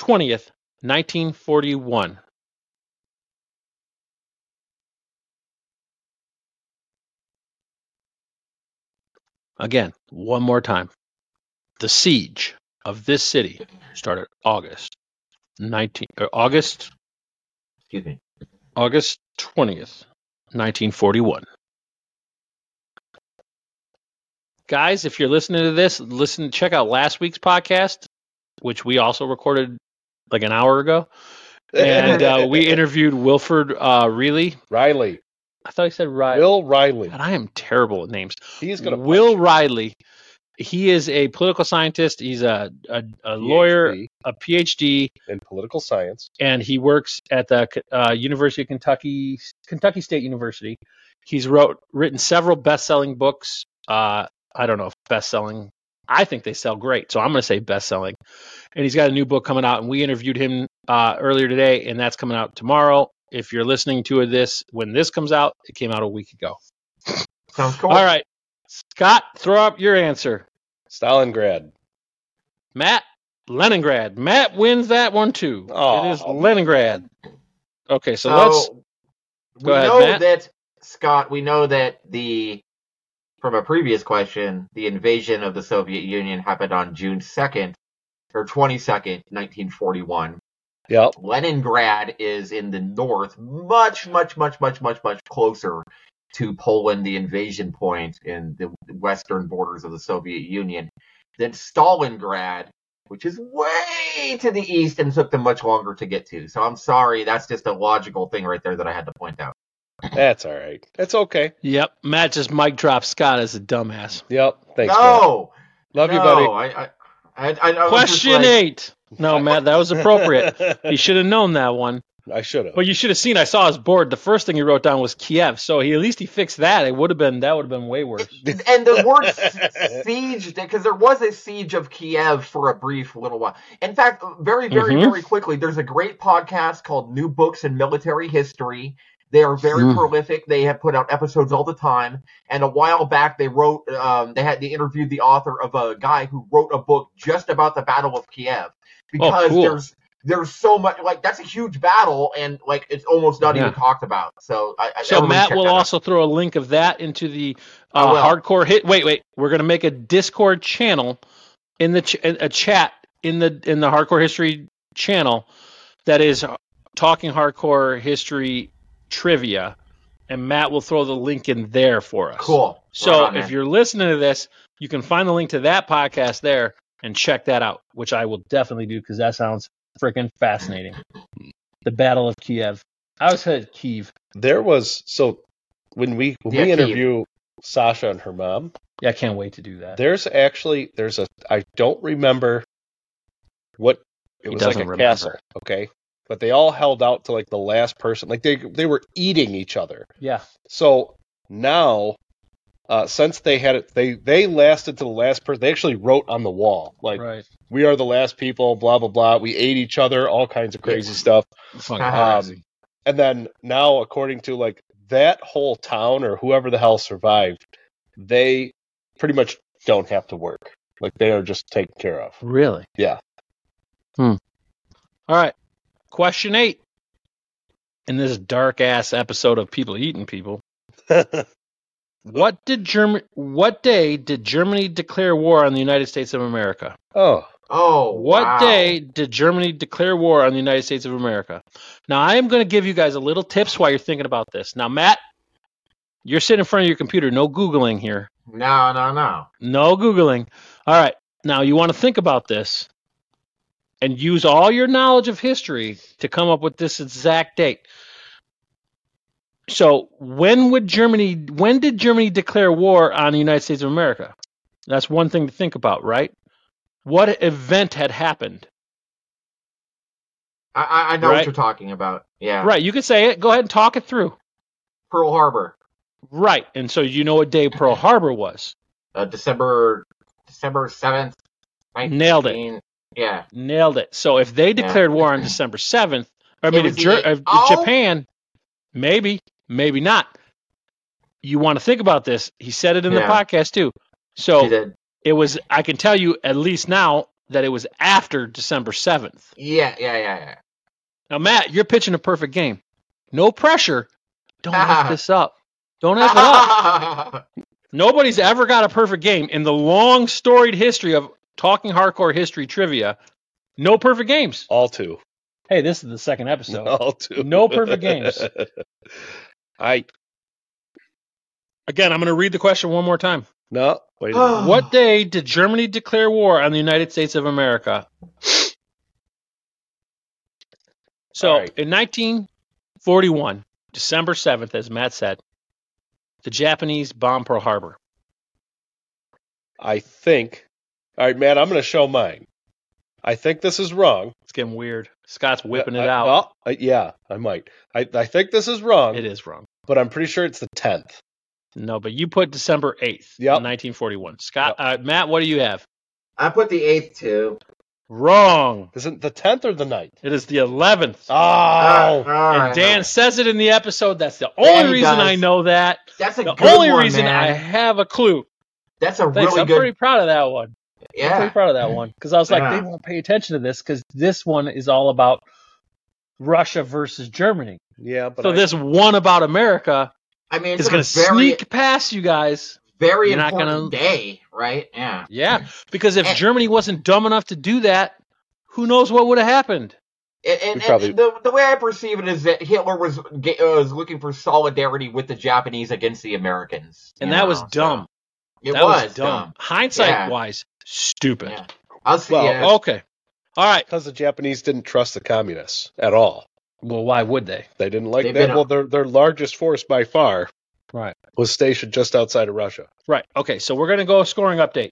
[SPEAKER 6] 20th, 1941. Again, one more time. The siege of this city started August 19 or er, August
[SPEAKER 5] Excuse me.
[SPEAKER 6] August 20th, 1941. Guys, if you're listening to this, listen check out last week's podcast, which we also recorded like an hour ago. And uh, we interviewed Wilford uh, Reilly.
[SPEAKER 3] Riley,
[SPEAKER 6] I thought he said Riley.
[SPEAKER 3] Will Riley.
[SPEAKER 6] God, I am terrible at names.
[SPEAKER 3] He's gonna
[SPEAKER 6] Will Riley. He is a political scientist. He's a, a, a lawyer,
[SPEAKER 3] PhD
[SPEAKER 6] a PhD,
[SPEAKER 3] in political science.
[SPEAKER 6] and he works at the uh, University of Kentucky, Kentucky State University. He's wrote written several best-selling books. Uh, I don't know if best-selling. I think they sell great, so I'm going to say best-selling. And he's got a new book coming out, and we interviewed him uh, earlier today, and that's coming out tomorrow. If you're listening to this when this comes out, it came out a week ago.
[SPEAKER 5] Sounds cool.
[SPEAKER 6] All right, Scott, throw up your answer.
[SPEAKER 3] Stalingrad.
[SPEAKER 6] Matt Leningrad. Matt wins that one too.
[SPEAKER 3] Aw.
[SPEAKER 6] It is Leningrad. Okay, so
[SPEAKER 5] So,
[SPEAKER 6] let's
[SPEAKER 5] we
[SPEAKER 6] go ahead,
[SPEAKER 5] know
[SPEAKER 6] Matt.
[SPEAKER 5] that Scott, we know that the from a previous question, the invasion of the Soviet Union happened on June 2nd or 22nd, 1941.
[SPEAKER 3] Yep.
[SPEAKER 5] Leningrad is in the north, much much much much much much closer to Poland, the invasion point in the western borders of the Soviet Union, than Stalingrad, which is way to the east and took them much longer to get to. So I'm sorry, that's just a logical thing right there that I had to point out.
[SPEAKER 3] That's all right. That's okay.
[SPEAKER 6] Yep, Matt just mic dropped Scott as a dumbass.
[SPEAKER 3] Yep. Thanks. Matt.
[SPEAKER 5] no,
[SPEAKER 3] Love you,
[SPEAKER 5] no,
[SPEAKER 3] buddy.
[SPEAKER 5] I, I, I, I, I was just
[SPEAKER 6] Question
[SPEAKER 5] like-
[SPEAKER 6] eight. No, Matt, that was appropriate. he should have known that one.
[SPEAKER 3] I should have.
[SPEAKER 6] But you should have seen. I saw his board. The first thing he wrote down was Kiev. So he at least he fixed that. It would have been that would have been way worse.
[SPEAKER 5] and the word s- siege because there was a siege of Kiev for a brief little while. In fact, very very
[SPEAKER 6] Mhm.
[SPEAKER 5] very quickly, there's a great podcast called New Books in Military History. They are very
[SPEAKER 4] Hmm.
[SPEAKER 5] prolific. They have put out episodes all the time. And a while back, they wrote, um, they had they interviewed the author of a guy who wrote a book just about the Battle of Kiev because
[SPEAKER 6] Oh, cool.
[SPEAKER 5] there's there's so much like that's a huge battle and like it's almost not even
[SPEAKER 6] Yeah.
[SPEAKER 5] talked about. So I, I-
[SPEAKER 6] So
[SPEAKER 5] everybody
[SPEAKER 6] Matt
[SPEAKER 5] check
[SPEAKER 6] will
[SPEAKER 5] that out.
[SPEAKER 6] also throw a link of that into the
[SPEAKER 5] I
[SPEAKER 6] uh,
[SPEAKER 5] will.
[SPEAKER 6] hardcore hit. Wait, wait. We're gonna make a Discord channel in the ch- a chat in the in the hardcore history channel that is talking hardcore history trivia, and Matt will throw the link in there for us.
[SPEAKER 5] cool.
[SPEAKER 6] So
[SPEAKER 5] Right on, man.
[SPEAKER 6] if you're listening to this, you can find the link to that podcast there and check that out, which I will definitely do because that sounds freaking fascinating. The Battle of Kiev. I was at Kiev.
[SPEAKER 3] There was so when we when
[SPEAKER 5] Yeah,
[SPEAKER 3] we
[SPEAKER 5] Kiev.
[SPEAKER 3] interview Sasha and her mom,
[SPEAKER 6] Yeah, I can't wait to do that.
[SPEAKER 3] There's actually there's a I don't remember what it was like a
[SPEAKER 2] doesn't remember.
[SPEAKER 3] castle, okay? But they all held out to like the last person. Like they they were eating each other.
[SPEAKER 6] Yeah.
[SPEAKER 3] So now uh since they had it they they lasted to the last person. They actually wrote on the wall like
[SPEAKER 6] right.
[SPEAKER 3] we are the last people, blah blah blah. We ate each other, all kinds of crazy stuff.
[SPEAKER 4] Fucking
[SPEAKER 6] uh,
[SPEAKER 3] Um,
[SPEAKER 4] crazy.
[SPEAKER 3] And then now, according to like that whole town or whoever the hell survived, they pretty much don't have to work. Like they are just taken care of.
[SPEAKER 6] Really?
[SPEAKER 3] Yeah.
[SPEAKER 6] Hmm. All right. Question eight. In this dark ass episode of People Eating People, what did Germany? What day did Germany declare war on the United States of America?
[SPEAKER 3] oh,
[SPEAKER 5] oh
[SPEAKER 6] What
[SPEAKER 5] wow.
[SPEAKER 6] day did Germany declare war on the United States of America? Now, I am going to give you guys a little tips while you're thinking about this. Now, Matt, you're sitting in front of your computer. No Googling here.
[SPEAKER 5] No, no, no.
[SPEAKER 6] No Googling. All right. Now, you want to think about this and use all your knowledge of history to come up with this exact date. So, when would Germany, when did Germany declare war on the United States of America? That's one thing to think about, right? What event had happened?
[SPEAKER 5] I- I, I know
[SPEAKER 6] Right.
[SPEAKER 5] what you're talking about. Yeah.
[SPEAKER 6] Right, you can say it. Go ahead and talk it through.
[SPEAKER 5] Pearl Harbor,
[SPEAKER 6] Right, and so you know what day Pearl Harbor was.
[SPEAKER 5] uh, December December seventh.
[SPEAKER 6] Nailed it.
[SPEAKER 5] Yeah.
[SPEAKER 6] Nailed it. So if they declared war on December seventh, I
[SPEAKER 5] It
[SPEAKER 6] mean,
[SPEAKER 5] was
[SPEAKER 6] if,
[SPEAKER 5] the
[SPEAKER 6] Ger-
[SPEAKER 5] eight-
[SPEAKER 6] if
[SPEAKER 5] oh.
[SPEAKER 6] Japan, maybe, maybe not. You want to think about this. He said it in the
[SPEAKER 5] Yeah.
[SPEAKER 6] podcast too.
[SPEAKER 5] He
[SPEAKER 6] So
[SPEAKER 5] did.
[SPEAKER 6] it was. I can tell you at least now that it was after December seventh.
[SPEAKER 5] Yeah, yeah, yeah, yeah.
[SPEAKER 6] Now, Matt, you're pitching a perfect game. No pressure. Don't f this up. Don't f it up. Nobody's ever got a perfect game in the long storied history of talking hardcore history trivia. No perfect games.
[SPEAKER 3] all two,
[SPEAKER 6] Hey, this is the second episode.
[SPEAKER 3] all two.
[SPEAKER 6] No perfect games.
[SPEAKER 3] I
[SPEAKER 6] Again, I'm going to read the question one more time.
[SPEAKER 3] no wait. A minute.
[SPEAKER 6] What day did Germany declare war on the United States of America? So,
[SPEAKER 3] All right.
[SPEAKER 6] in 1941, December 7th, as Matt said, the Japanese bombed Pearl Harbor.
[SPEAKER 3] I think. All right, man. I'm going to show mine. I think this is wrong.
[SPEAKER 6] It's getting weird. Scott's whipping
[SPEAKER 3] I-
[SPEAKER 6] it out.
[SPEAKER 3] well, I- yeah, I might. I, I think this is wrong,
[SPEAKER 6] it is wrong.
[SPEAKER 3] but I'm pretty sure it's the tenth.
[SPEAKER 6] No, but you put December 8th,
[SPEAKER 3] Yep.
[SPEAKER 6] 1941. Scott, uh, Matt, what do you have?
[SPEAKER 5] I put the eighth too.
[SPEAKER 6] Wrong.
[SPEAKER 3] Isn't the tenth or the ninth?
[SPEAKER 6] It is the 11th.
[SPEAKER 3] Oh,
[SPEAKER 6] Ah.
[SPEAKER 5] All right,
[SPEAKER 6] and Dan says it in the episode. That's the
[SPEAKER 5] Yeah,
[SPEAKER 6] only
[SPEAKER 5] he
[SPEAKER 6] reason
[SPEAKER 5] does.
[SPEAKER 6] I know that.
[SPEAKER 5] that's a
[SPEAKER 6] The
[SPEAKER 5] good
[SPEAKER 6] only
[SPEAKER 5] one,
[SPEAKER 6] reason I
[SPEAKER 5] man.
[SPEAKER 6] have a clue.
[SPEAKER 5] That's a
[SPEAKER 6] Thanks.
[SPEAKER 5] really
[SPEAKER 6] I'm
[SPEAKER 5] good.
[SPEAKER 6] pretty proud of that one. I'm pretty
[SPEAKER 5] yeah.
[SPEAKER 6] proud of that one because I was like,
[SPEAKER 5] Yeah.
[SPEAKER 6] they won't pay attention to this because this one is all about Russia versus Germany.
[SPEAKER 3] yeah, but
[SPEAKER 6] so
[SPEAKER 3] I-
[SPEAKER 6] this one about America
[SPEAKER 5] I mean, it's
[SPEAKER 6] is going
[SPEAKER 5] a
[SPEAKER 6] to
[SPEAKER 5] very,
[SPEAKER 6] sneak past you guys.
[SPEAKER 5] very
[SPEAKER 6] You're not
[SPEAKER 5] important
[SPEAKER 6] gonna-
[SPEAKER 5] day, right? Yeah.
[SPEAKER 6] Yeah, because if
[SPEAKER 5] And-
[SPEAKER 6] Germany wasn't dumb enough to do that, who knows what would have happened?
[SPEAKER 5] And, and,
[SPEAKER 3] We probably-
[SPEAKER 5] and the, the way I perceive it is that Hitler was ga- uh, was looking for solidarity with the Japanese against the Americans,
[SPEAKER 6] And
[SPEAKER 5] you
[SPEAKER 6] that
[SPEAKER 5] know,
[SPEAKER 6] was
[SPEAKER 5] so-
[SPEAKER 6] dumb.
[SPEAKER 5] It
[SPEAKER 6] that was,
[SPEAKER 5] was
[SPEAKER 6] dumb.
[SPEAKER 5] dumb.
[SPEAKER 6] Hindsight
[SPEAKER 5] Yeah.
[SPEAKER 6] wise, stupid.
[SPEAKER 5] Yeah. I'll see.
[SPEAKER 3] Well,
[SPEAKER 5] yeah.
[SPEAKER 6] Okay. All right.
[SPEAKER 3] because the Japanese didn't trust the communists at all.
[SPEAKER 6] Well, why would they?
[SPEAKER 3] They didn't like
[SPEAKER 5] They've
[SPEAKER 3] that.
[SPEAKER 5] been-
[SPEAKER 3] Well, their their largest force by far
[SPEAKER 6] Right.
[SPEAKER 3] was stationed just outside of Russia.
[SPEAKER 6] Right. Okay. So we're going to go a scoring update.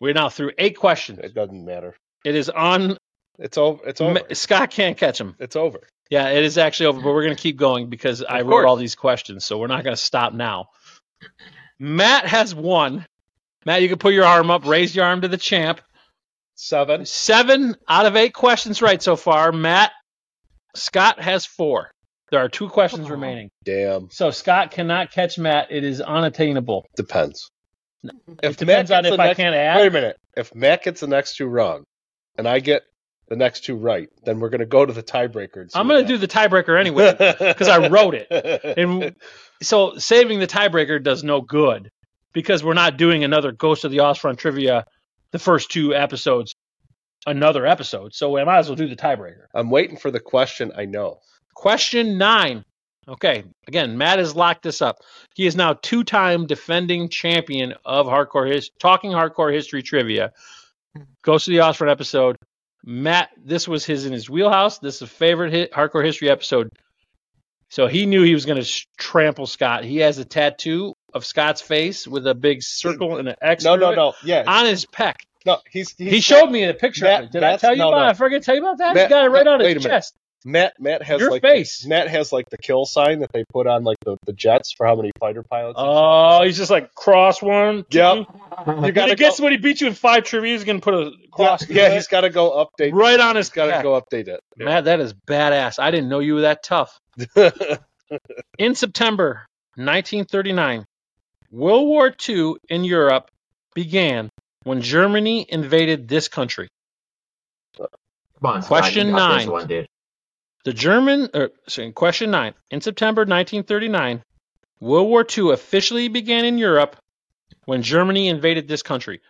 [SPEAKER 6] We're now through eight questions.
[SPEAKER 3] It doesn't matter.
[SPEAKER 6] It is on.
[SPEAKER 3] It's over. It's over.
[SPEAKER 6] Ma- Scott can't catch him.
[SPEAKER 3] It's over.
[SPEAKER 6] Yeah, it is actually over, but we're going to keep going because I wrote
[SPEAKER 3] course.
[SPEAKER 6] all these questions, so we're not going to stop now. Matt has one. Matt, you can put your arm up, raise your arm to the champ.
[SPEAKER 3] Seven.
[SPEAKER 6] Seven out of eight questions right so far. Matt, Scott has four. There are two questions
[SPEAKER 5] Oh.
[SPEAKER 6] remaining.
[SPEAKER 3] Damn.
[SPEAKER 6] So Scott cannot catch Matt. It is unattainable.
[SPEAKER 3] Depends.
[SPEAKER 6] It depends on
[SPEAKER 3] gets
[SPEAKER 6] if
[SPEAKER 3] the
[SPEAKER 6] I
[SPEAKER 3] next-
[SPEAKER 6] can't
[SPEAKER 3] Wait a
[SPEAKER 6] add.
[SPEAKER 3] minute. If Matt gets the next two wrong, and I get the next two right, then we're gonna go to the tiebreaker.
[SPEAKER 6] I'm going to do the tiebreaker anyway because
[SPEAKER 3] because
[SPEAKER 6] I wrote it.
[SPEAKER 3] it.
[SPEAKER 6] And so saving the tiebreaker does no good because we're not doing another Ghost of the Osfront trivia, the first two episodes, another episode. So I might as well do the tiebreaker.
[SPEAKER 3] I'm waiting for the question. I know.
[SPEAKER 6] Question nine. Okay. Again, Matt has locked this up. He is now two time defending champion of hardcore his talking hardcore history trivia. Goes to the Osford episode. Matt, this was his in his wheelhouse. This is a favorite hit, hardcore history episode. So he knew he was going to sh- trample Scott. He has a tattoo of Scott's face with a big circle and an X
[SPEAKER 3] No,
[SPEAKER 6] through
[SPEAKER 3] no,
[SPEAKER 6] it
[SPEAKER 3] no. Yeah,
[SPEAKER 6] on his pec.
[SPEAKER 3] no. He's, he's
[SPEAKER 6] He showed me a picture
[SPEAKER 3] Matt-
[SPEAKER 6] of it. Did I
[SPEAKER 3] Matt's-
[SPEAKER 6] tell you
[SPEAKER 3] no,
[SPEAKER 6] about?
[SPEAKER 3] no.
[SPEAKER 6] I forget to tell you about that.
[SPEAKER 3] Matt-
[SPEAKER 6] he got it right
[SPEAKER 3] no,
[SPEAKER 6] on
[SPEAKER 3] wait a
[SPEAKER 6] his
[SPEAKER 3] minute.
[SPEAKER 6] chest.
[SPEAKER 3] Matt. Matt has
[SPEAKER 6] Your
[SPEAKER 3] like
[SPEAKER 6] face.
[SPEAKER 3] Matt has like the kill sign that they put on like the, the jets for how many fighter pilots.
[SPEAKER 6] Oh, he's just like cross one. two,
[SPEAKER 3] Yep.
[SPEAKER 5] You
[SPEAKER 3] You
[SPEAKER 6] When
[SPEAKER 3] gotta go,
[SPEAKER 6] he gets when he beat you in five trivia, he's gonna put a
[SPEAKER 3] yeah,
[SPEAKER 6] cross.
[SPEAKER 3] yeah, he's got to go update.
[SPEAKER 6] right on his
[SPEAKER 3] He's got to
[SPEAKER 6] back.
[SPEAKER 3] go update it.
[SPEAKER 6] Matt, that is badass. I didn't know you were that tough. In September 1939, World War II in Europe began when Germany invaded this country.
[SPEAKER 5] Come on, Scott,
[SPEAKER 6] Question
[SPEAKER 5] you got this
[SPEAKER 6] nine.
[SPEAKER 5] one, dude.
[SPEAKER 6] The German, er, sorry, question nine. In September 1939, World War II officially began in Europe when Germany invaded this country.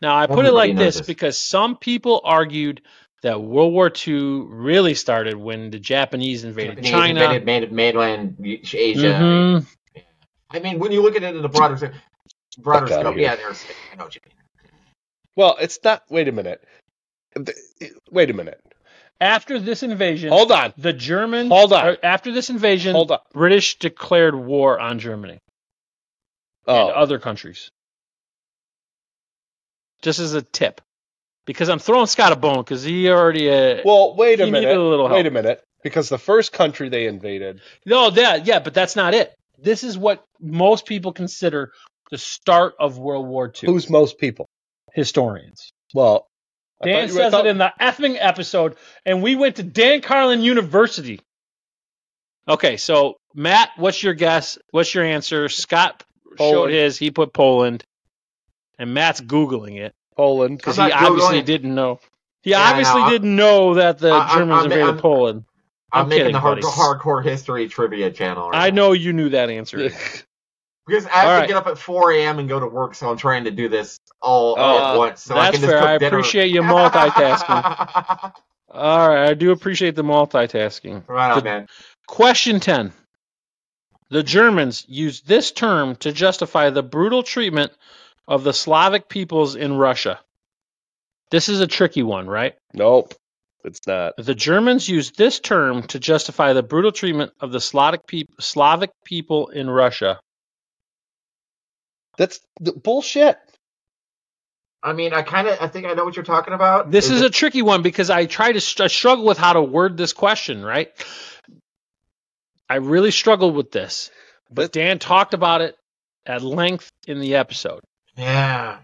[SPEAKER 6] Now, I put
[SPEAKER 5] Everybody
[SPEAKER 6] it like
[SPEAKER 5] knows
[SPEAKER 6] this,
[SPEAKER 5] this.
[SPEAKER 6] because some people argued that World War II really started when the Japanese invaded
[SPEAKER 5] Japanese
[SPEAKER 6] China.
[SPEAKER 5] invaded main- mainland Asia.
[SPEAKER 6] Mhm.
[SPEAKER 5] I mean, when you look at it in the broader scope, broader
[SPEAKER 3] Fuck outta
[SPEAKER 5] scope,
[SPEAKER 3] here.
[SPEAKER 5] yeah, there's. I know what you mean.
[SPEAKER 3] Well, it's not. Wait a minute. Th- Wait a minute.
[SPEAKER 6] After this invasion,
[SPEAKER 3] Hold on.
[SPEAKER 6] the German.
[SPEAKER 3] Hold on.
[SPEAKER 6] or After this invasion,
[SPEAKER 3] Hold on.
[SPEAKER 6] British declared war on Germany and uh,
[SPEAKER 3] Oh,
[SPEAKER 6] other countries. Just as a tip, because I'm throwing Scott a bone because he already. Uh,
[SPEAKER 3] well, wait a
[SPEAKER 6] he needed
[SPEAKER 3] minute.
[SPEAKER 6] a little
[SPEAKER 3] wait
[SPEAKER 6] help.
[SPEAKER 3] a minute. Because the first country they invaded.
[SPEAKER 6] no, that yeah, but that's not it. This is what most people consider the start of World War II.
[SPEAKER 3] Who's most people?
[SPEAKER 6] historians?
[SPEAKER 3] Well, I thought
[SPEAKER 6] Dan
[SPEAKER 3] you were- I
[SPEAKER 6] says
[SPEAKER 3] thought-
[SPEAKER 6] it in the effing episode, and we went to Dan Carlin University. Okay, so Matt, what's your guess? What's your answer? Scott showed
[SPEAKER 3] Poland.
[SPEAKER 6] his. He put Poland, and Matt's googling it.
[SPEAKER 3] Poland.
[SPEAKER 6] because
[SPEAKER 5] I'm
[SPEAKER 6] he
[SPEAKER 5] not Googling
[SPEAKER 6] obviously
[SPEAKER 5] it.
[SPEAKER 6] didn't know. He
[SPEAKER 5] Yeah, I
[SPEAKER 6] obviously
[SPEAKER 5] know.
[SPEAKER 6] didn't know that the
[SPEAKER 5] I- I'm-
[SPEAKER 6] Germans
[SPEAKER 5] I'm-
[SPEAKER 6] invaded
[SPEAKER 5] I'm-
[SPEAKER 6] Poland.
[SPEAKER 5] I'm,
[SPEAKER 6] I'm
[SPEAKER 5] making
[SPEAKER 6] kidding,
[SPEAKER 5] the hard,
[SPEAKER 6] buddies.
[SPEAKER 5] hardcore history trivia channel. right
[SPEAKER 6] I
[SPEAKER 5] now.
[SPEAKER 6] know you knew that answer.
[SPEAKER 5] because I have
[SPEAKER 6] All
[SPEAKER 5] to
[SPEAKER 6] right.
[SPEAKER 5] get up at 4 a.m. and go to work, so I'm trying to do this all, all
[SPEAKER 3] Uh,
[SPEAKER 5] at once. So I
[SPEAKER 6] That's
[SPEAKER 5] can just
[SPEAKER 6] fair.
[SPEAKER 5] cook
[SPEAKER 6] I
[SPEAKER 5] dinner.
[SPEAKER 6] appreciate you multitasking. All right, I do appreciate the multitasking.
[SPEAKER 5] right on,
[SPEAKER 6] The-
[SPEAKER 5] man.
[SPEAKER 6] Question 10. The Germans used this term to justify the brutal treatment of the Slavic peoples in Russia. This is a tricky one, right?
[SPEAKER 3] Nope. It's not.
[SPEAKER 6] The Germans used this term to justify the brutal treatment of the Slavic, peop Slavic people in Russia.
[SPEAKER 3] That's the bullshit.
[SPEAKER 5] I mean, I kind of, I think I know what you're talking about.
[SPEAKER 6] This is a tricky one because I try to str- I struggle with how to word this question, right? I really struggled with this. But
[SPEAKER 3] But-
[SPEAKER 6] Dan talked about it at length in the episode.
[SPEAKER 5] yeah.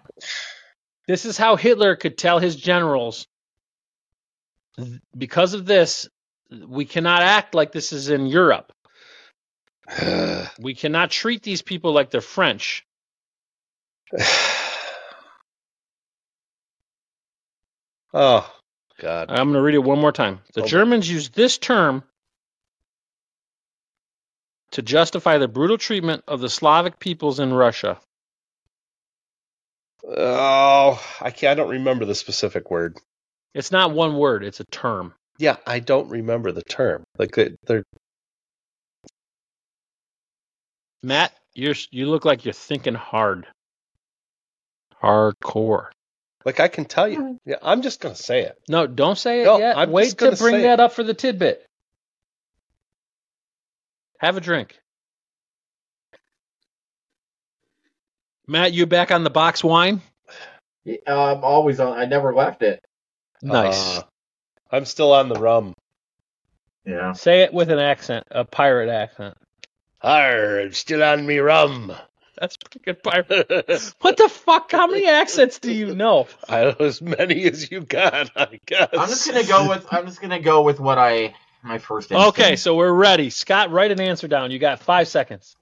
[SPEAKER 6] This is how Hitler could tell his generals "Th- because of this, we cannot act like this is in Europe. We cannot treat these people like they're French.
[SPEAKER 3] oh God.
[SPEAKER 6] I'm going to read it one more time. The
[SPEAKER 3] Okay.
[SPEAKER 6] Germans used this term to justify the brutal treatment of the Slavic peoples in Russia.
[SPEAKER 3] Oh, I can't. I don't remember the specific word.
[SPEAKER 6] It's not one word, it's a term.
[SPEAKER 3] Yeah, I don't remember the term. Like they- they're
[SPEAKER 6] Matt, you're you look like you're thinking hard. Hardcore.
[SPEAKER 3] like I can tell you. Yeah, I'm just gonna say it.
[SPEAKER 6] No, don't say it
[SPEAKER 3] No,
[SPEAKER 6] yet.
[SPEAKER 3] I'm
[SPEAKER 6] Wait
[SPEAKER 3] just
[SPEAKER 6] to
[SPEAKER 3] gonna
[SPEAKER 6] bring
[SPEAKER 3] say
[SPEAKER 6] that up for the tidbit. Have a drink. Matt, you back on the box wine?
[SPEAKER 5] I'm always on. I never left it.
[SPEAKER 6] Uh, Nice.
[SPEAKER 3] Uh, I'm still on the rum.
[SPEAKER 5] Yeah.
[SPEAKER 6] Say it with an accent, a pirate accent.
[SPEAKER 3] Arr, it's still on me rum.
[SPEAKER 6] That's a pretty good pirate. What the fuck? How many accents do you know?
[SPEAKER 3] I, as many as you got, I guess.
[SPEAKER 5] I'm just gonna go with I'm just gonna go with what I my first. Instinct.
[SPEAKER 6] Okay, so we're ready. Scott, write an answer down. You got five seconds.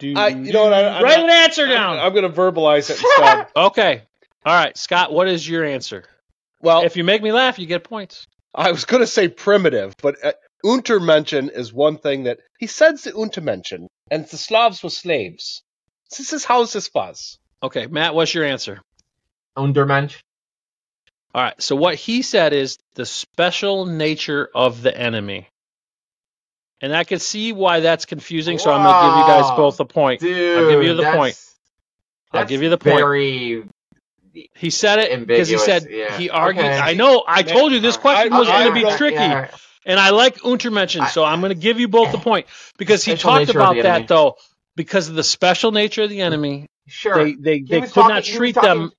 [SPEAKER 6] Do
[SPEAKER 3] I- you know what, I- I'm
[SPEAKER 6] write
[SPEAKER 3] not-
[SPEAKER 6] an answer down.
[SPEAKER 3] I'm, going to verbalize it instead.
[SPEAKER 6] okay. All right, Scott. What is your answer?
[SPEAKER 3] well,
[SPEAKER 6] If you make me laugh, you get points.
[SPEAKER 3] I was going to say primitive, but uh, Untermenschen is one thing that he says the Untermenschen, and the Slavs were slaves. This is how this was.
[SPEAKER 6] Okay, Matt. What's your answer?
[SPEAKER 5] Undermensch.
[SPEAKER 6] All right. So what he said is the special nature of the enemy. And I can see why that's confusing, so I'm going to give you guys
[SPEAKER 5] Wow.
[SPEAKER 6] both a point.
[SPEAKER 5] Dude,
[SPEAKER 6] give you the
[SPEAKER 5] that's-
[SPEAKER 6] point. I'll
[SPEAKER 5] that's
[SPEAKER 6] give you the point.
[SPEAKER 5] Very.
[SPEAKER 6] He said it because he
[SPEAKER 5] Ambiguous,
[SPEAKER 6] said
[SPEAKER 5] yeah.
[SPEAKER 6] he argued.
[SPEAKER 5] Okay.
[SPEAKER 6] I know. I
[SPEAKER 3] Yeah.
[SPEAKER 6] told you this question
[SPEAKER 3] I-
[SPEAKER 6] was
[SPEAKER 3] I
[SPEAKER 6] going to be
[SPEAKER 3] wrote-
[SPEAKER 6] tricky,
[SPEAKER 5] Yeah.
[SPEAKER 6] and I like Untermention,
[SPEAKER 5] I-
[SPEAKER 6] so I'm going to give you both the point because he
[SPEAKER 5] Special
[SPEAKER 6] talked
[SPEAKER 5] nature of
[SPEAKER 6] about
[SPEAKER 5] the
[SPEAKER 6] that
[SPEAKER 5] enemy.
[SPEAKER 6] though because of the special nature of the enemy.
[SPEAKER 5] Sure.
[SPEAKER 6] They they,
[SPEAKER 5] He
[SPEAKER 6] they
[SPEAKER 5] was
[SPEAKER 6] could
[SPEAKER 5] talking-
[SPEAKER 6] not
[SPEAKER 5] he was
[SPEAKER 6] treat
[SPEAKER 5] talking-
[SPEAKER 6] them.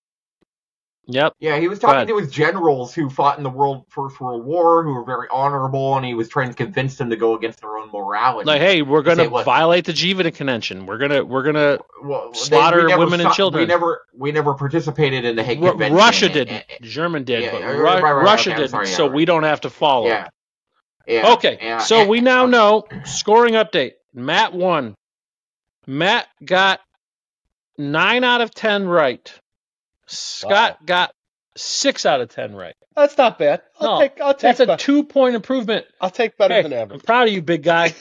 [SPEAKER 6] Yep.
[SPEAKER 5] Yeah, he was
[SPEAKER 6] Go
[SPEAKER 5] talking
[SPEAKER 6] ahead.
[SPEAKER 5] to his generals who fought in the World First World War, who were very honorable, and he was trying to convince them to go against their own morality.
[SPEAKER 6] Like, hey, we're going to
[SPEAKER 5] Say what?
[SPEAKER 6] violate the Jevita Convention. We're gonna we're gonna
[SPEAKER 5] Well, they-
[SPEAKER 6] slaughter
[SPEAKER 5] we never
[SPEAKER 6] women and
[SPEAKER 5] saw-
[SPEAKER 6] children.
[SPEAKER 5] We never, we never participated in the Hague
[SPEAKER 6] Ru-
[SPEAKER 5] Convention.
[SPEAKER 6] Russia
[SPEAKER 5] Eh, eh,
[SPEAKER 6] didn't.
[SPEAKER 5] eh,
[SPEAKER 6] German did,
[SPEAKER 5] Yeah,
[SPEAKER 6] but
[SPEAKER 5] yeah,
[SPEAKER 6] Ru-
[SPEAKER 5] right, right, right,
[SPEAKER 6] Russia
[SPEAKER 5] okay, I'm
[SPEAKER 6] didn't.
[SPEAKER 5] sorry, yeah,
[SPEAKER 6] so
[SPEAKER 5] right.
[SPEAKER 6] we don't have to follow.
[SPEAKER 5] Yeah. yeah,
[SPEAKER 6] okay,
[SPEAKER 5] yeah,
[SPEAKER 6] so
[SPEAKER 5] eh,
[SPEAKER 6] we now
[SPEAKER 5] eh,
[SPEAKER 6] know scoring update. Matt won. Matt got nine out of ten right. Scott got six out of ten right.
[SPEAKER 3] That's not bad. I'll
[SPEAKER 6] No,
[SPEAKER 3] take. I'll take.
[SPEAKER 6] That's a
[SPEAKER 3] be-
[SPEAKER 6] two point improvement.
[SPEAKER 3] I'll take better
[SPEAKER 6] Hey,
[SPEAKER 3] than Oh,
[SPEAKER 6] I'm
[SPEAKER 3] average.
[SPEAKER 6] proud of you, big guy.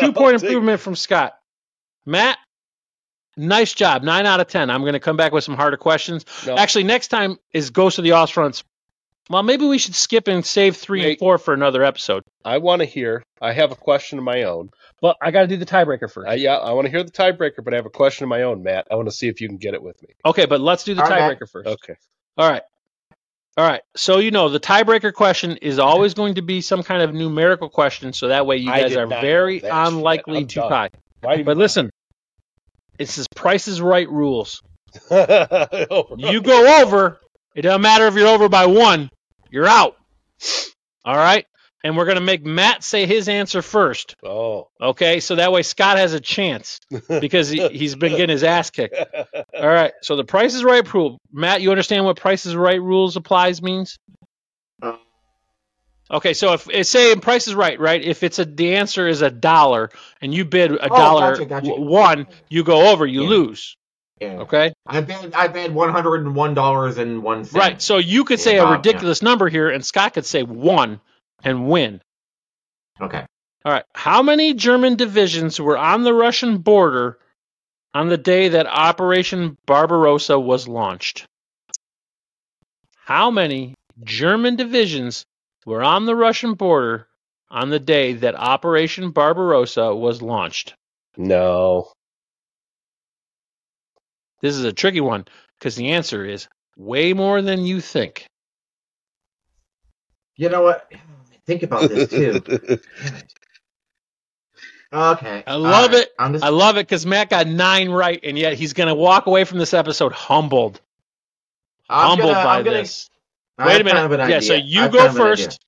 [SPEAKER 6] Two point improvement from Scott. Matt, nice job. Nine out of ten. I'm going to come back with some harder questions.
[SPEAKER 3] No.
[SPEAKER 6] Actually, next time is Ghost of the Oz Fronts. Well, maybe we should skip and save three and
[SPEAKER 3] Wait.
[SPEAKER 6] four for another episode.
[SPEAKER 3] I want to hear. I have a question of my own.
[SPEAKER 6] Well, I got to do the tiebreaker first.
[SPEAKER 3] I, yeah, I want to hear the tiebreaker, but I have a question of my own, Matt. I want to see if you can get it with me.
[SPEAKER 6] okay, but let's do the
[SPEAKER 5] All right, Matt.
[SPEAKER 6] tiebreaker first.
[SPEAKER 3] Okay.
[SPEAKER 6] All right. All right. So you know the tiebreaker question is always going to be some kind of numerical question, so that way you
[SPEAKER 3] I
[SPEAKER 6] guys
[SPEAKER 3] did
[SPEAKER 6] are
[SPEAKER 3] not
[SPEAKER 6] very
[SPEAKER 3] know that shit.
[SPEAKER 6] unlikely
[SPEAKER 3] I'm
[SPEAKER 6] to
[SPEAKER 3] done.
[SPEAKER 6] tie.
[SPEAKER 3] Why
[SPEAKER 6] But listen, it's this Price is Right rules.
[SPEAKER 3] you
[SPEAKER 6] You go over, it doesn't matter if you're over by one, you're out. All right? And we're going to make Matt say his answer first.
[SPEAKER 3] oh
[SPEAKER 6] Okay? So that way Scott has a chance because he, he's been getting his ass kicked. All right. So the Price is Right rule. Matt, you understand what Price is Right rules applies means?
[SPEAKER 5] Uh.
[SPEAKER 6] Okay, so if if- say in Price is Right, right? If it's a the answer is a dollar and you bid a
[SPEAKER 5] Oh,
[SPEAKER 6] dollar
[SPEAKER 5] gotcha, gotcha.
[SPEAKER 6] w- one, you go over, you
[SPEAKER 5] Yeah.
[SPEAKER 6] lose.
[SPEAKER 5] yeah.
[SPEAKER 6] Okay?
[SPEAKER 5] I bid, I bid one hundred and one dollars and one cent.
[SPEAKER 6] Right. So you could
[SPEAKER 5] Yeah,
[SPEAKER 6] say a
[SPEAKER 5] Bob, yeah.
[SPEAKER 6] ridiculous number here, and Scott could say one and win.
[SPEAKER 5] Okay.
[SPEAKER 6] All right. How many German divisions were on the Russian border on the day that Operation Barbarossa was launched? How many German divisions were on the Russian border on the day that Operation Barbarossa was launched?
[SPEAKER 3] no!
[SPEAKER 6] This is a tricky one because the answer is way more than you think.
[SPEAKER 5] You know what? Think about this too. Okay.
[SPEAKER 6] I
[SPEAKER 5] all
[SPEAKER 6] love it.
[SPEAKER 5] I'm just,
[SPEAKER 6] I love it because Matt got nine right, and yet he's going to walk away from this episode humbled,
[SPEAKER 5] I'm
[SPEAKER 6] humbled
[SPEAKER 5] gonna,
[SPEAKER 6] by
[SPEAKER 5] I'm gonna,
[SPEAKER 6] this.
[SPEAKER 5] I
[SPEAKER 6] Wait a
[SPEAKER 5] have
[SPEAKER 6] minute.
[SPEAKER 5] kind of an
[SPEAKER 6] yeah, so
[SPEAKER 5] idea. I
[SPEAKER 6] you
[SPEAKER 5] have
[SPEAKER 6] go
[SPEAKER 5] kind of an idea.
[SPEAKER 6] first.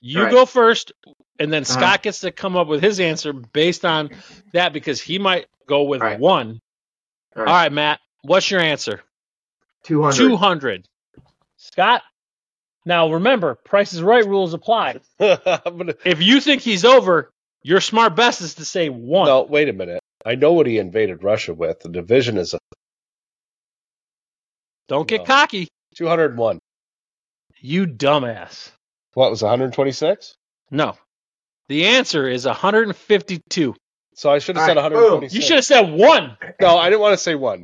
[SPEAKER 6] You
[SPEAKER 5] All right.
[SPEAKER 6] go first, and then
[SPEAKER 5] Uh-huh.
[SPEAKER 6] Scott gets to come up with his answer based on that because he might go with
[SPEAKER 5] All right.
[SPEAKER 6] one.
[SPEAKER 5] All
[SPEAKER 6] All
[SPEAKER 5] right.
[SPEAKER 6] right, Matt, what's your answer?
[SPEAKER 5] Two hundred.
[SPEAKER 6] 200. Scott, now remember, Price is Right rules apply.
[SPEAKER 3] I'm gonna-
[SPEAKER 6] If you think he's over, your smart best is to say one.
[SPEAKER 3] no, wait a minute. I know what he invaded Russia with. The division is a
[SPEAKER 6] Don't get
[SPEAKER 3] No.
[SPEAKER 6] cocky,
[SPEAKER 3] 201.
[SPEAKER 6] you dumbass.
[SPEAKER 3] What was it, 126?
[SPEAKER 6] No. The answer is 152.
[SPEAKER 3] So I should
[SPEAKER 5] All
[SPEAKER 3] have said
[SPEAKER 5] right, boom.
[SPEAKER 3] 126.
[SPEAKER 6] You should have said one.
[SPEAKER 3] No, I didn't want to say one.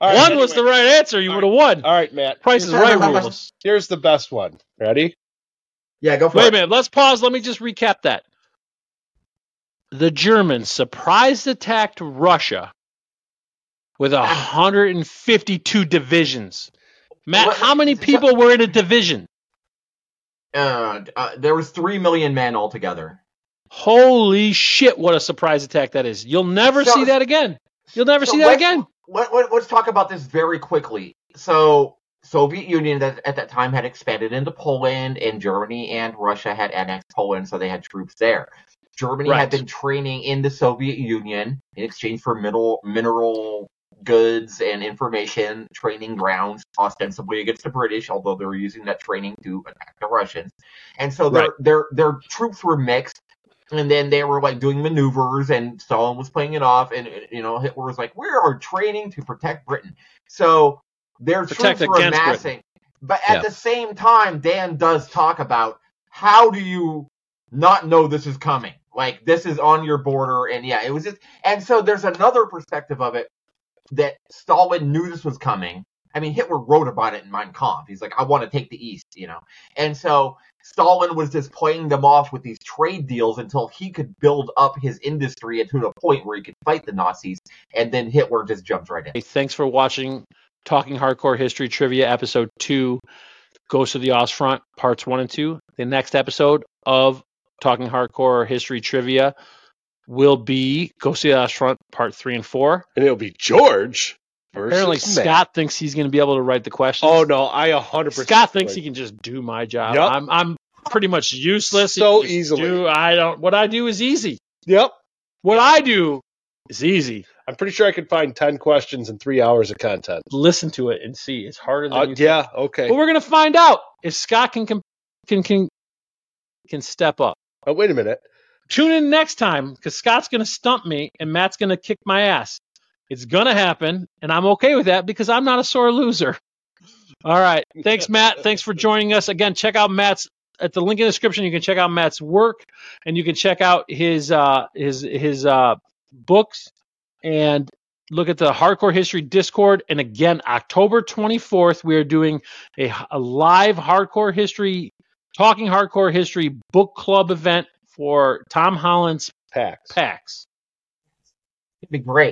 [SPEAKER 3] All right,
[SPEAKER 6] one was the
[SPEAKER 3] anyway.
[SPEAKER 6] right answer. You
[SPEAKER 3] All
[SPEAKER 6] would have won.
[SPEAKER 3] All right, Matt.
[SPEAKER 6] Price is right rules.
[SPEAKER 3] Here's the best one. Ready?
[SPEAKER 5] Yeah, go for
[SPEAKER 6] Wait a
[SPEAKER 5] it.
[SPEAKER 6] minute. Let's pause. Let me just recap that. The Germans surprised attacked Russia with 152 divisions. Matt,
[SPEAKER 5] What-
[SPEAKER 6] how many people were in a division?
[SPEAKER 5] Uh, uh, there was three million men altogether.
[SPEAKER 6] Holy shit, what a surprise attack that is. You'll never
[SPEAKER 5] So-
[SPEAKER 6] see that again. You'll never
[SPEAKER 5] so
[SPEAKER 6] see that
[SPEAKER 5] let's-
[SPEAKER 6] again.
[SPEAKER 5] Let, let, let's talk about this very quickly. So, Soviet Union that at that time had expanded into Poland and Germany and Russia had annexed Poland, so they had troops there. Germany
[SPEAKER 6] Right.
[SPEAKER 5] had been training in the Soviet Union in exchange for mineral mineral goods and information training grounds, ostensibly against the British, although they were using that training to attack the Russians. And so their
[SPEAKER 6] Right.
[SPEAKER 5] their their troops were mixed. And then they were like doing maneuvers, and Stalin was playing it off, and you know Hitler was like, "We are training to protect Britain." So their
[SPEAKER 6] Protect
[SPEAKER 5] troops were
[SPEAKER 6] against Britain.
[SPEAKER 5] amassing. But at
[SPEAKER 2] Yeah.
[SPEAKER 5] the same time, Dan does talk about how do you not know this is coming? Like this is on your border, and yeah, it was just. And so there's another perspective of it that Stalin knew this was coming. I mean, Hitler wrote about it in Mein Kampf. He's like, I want to take the East, you know. And so Stalin was just playing them off with these trade deals until he could build up his industry to the point where he could fight the Nazis, and then Hitler just jumps right in.
[SPEAKER 6] Hey, thanks for watching Talking Hardcore History Trivia Episode 2 Ghost of the Osfront Parts 1 and 2. The next episode of Talking Hardcore History Trivia will be Ghost of the Osfront Part 3 and 4.
[SPEAKER 3] And it'll be George versus
[SPEAKER 6] Apparently,
[SPEAKER 3] Matt.
[SPEAKER 6] Scott thinks he's going to be able to write the questions.
[SPEAKER 3] Oh no, I 100%
[SPEAKER 6] Scott thinks he
[SPEAKER 3] agree.
[SPEAKER 6] can just do my job.
[SPEAKER 3] Yup.
[SPEAKER 6] I'm, I'm pretty much useless. He
[SPEAKER 3] So
[SPEAKER 6] can just
[SPEAKER 3] easily.
[SPEAKER 6] do- I don't. What I do is easy.
[SPEAKER 3] Yep.
[SPEAKER 6] What I do is easy.
[SPEAKER 3] I'm pretty sure I could find 10 questions in 3 hours of content.
[SPEAKER 6] Listen to it and see. It's harder than
[SPEAKER 3] Uh,
[SPEAKER 6] you think.
[SPEAKER 3] yeah, okay.
[SPEAKER 6] But we're gonna find out if Scott can com- can can can step up.
[SPEAKER 3] Oh, wait a minute.
[SPEAKER 6] Tune in next time because Scott's gonna stump me and Matt's gonna kick my ass. It's gonna happen, and I'm okay with that because I'm not a sore loser. All right, thanks, Matt. Thanks for joining us again. Check out Matt's at the link in the description. You can check out Matt's work, and you can check out his uh, his his uh, books and look at the Hardcore History Discord. And again, October 24th, we are doing a, a live Hardcore History, Talking Hardcore History book club event for Tom Holland's
[SPEAKER 3] Packs.
[SPEAKER 6] PAX.
[SPEAKER 5] It'd be great.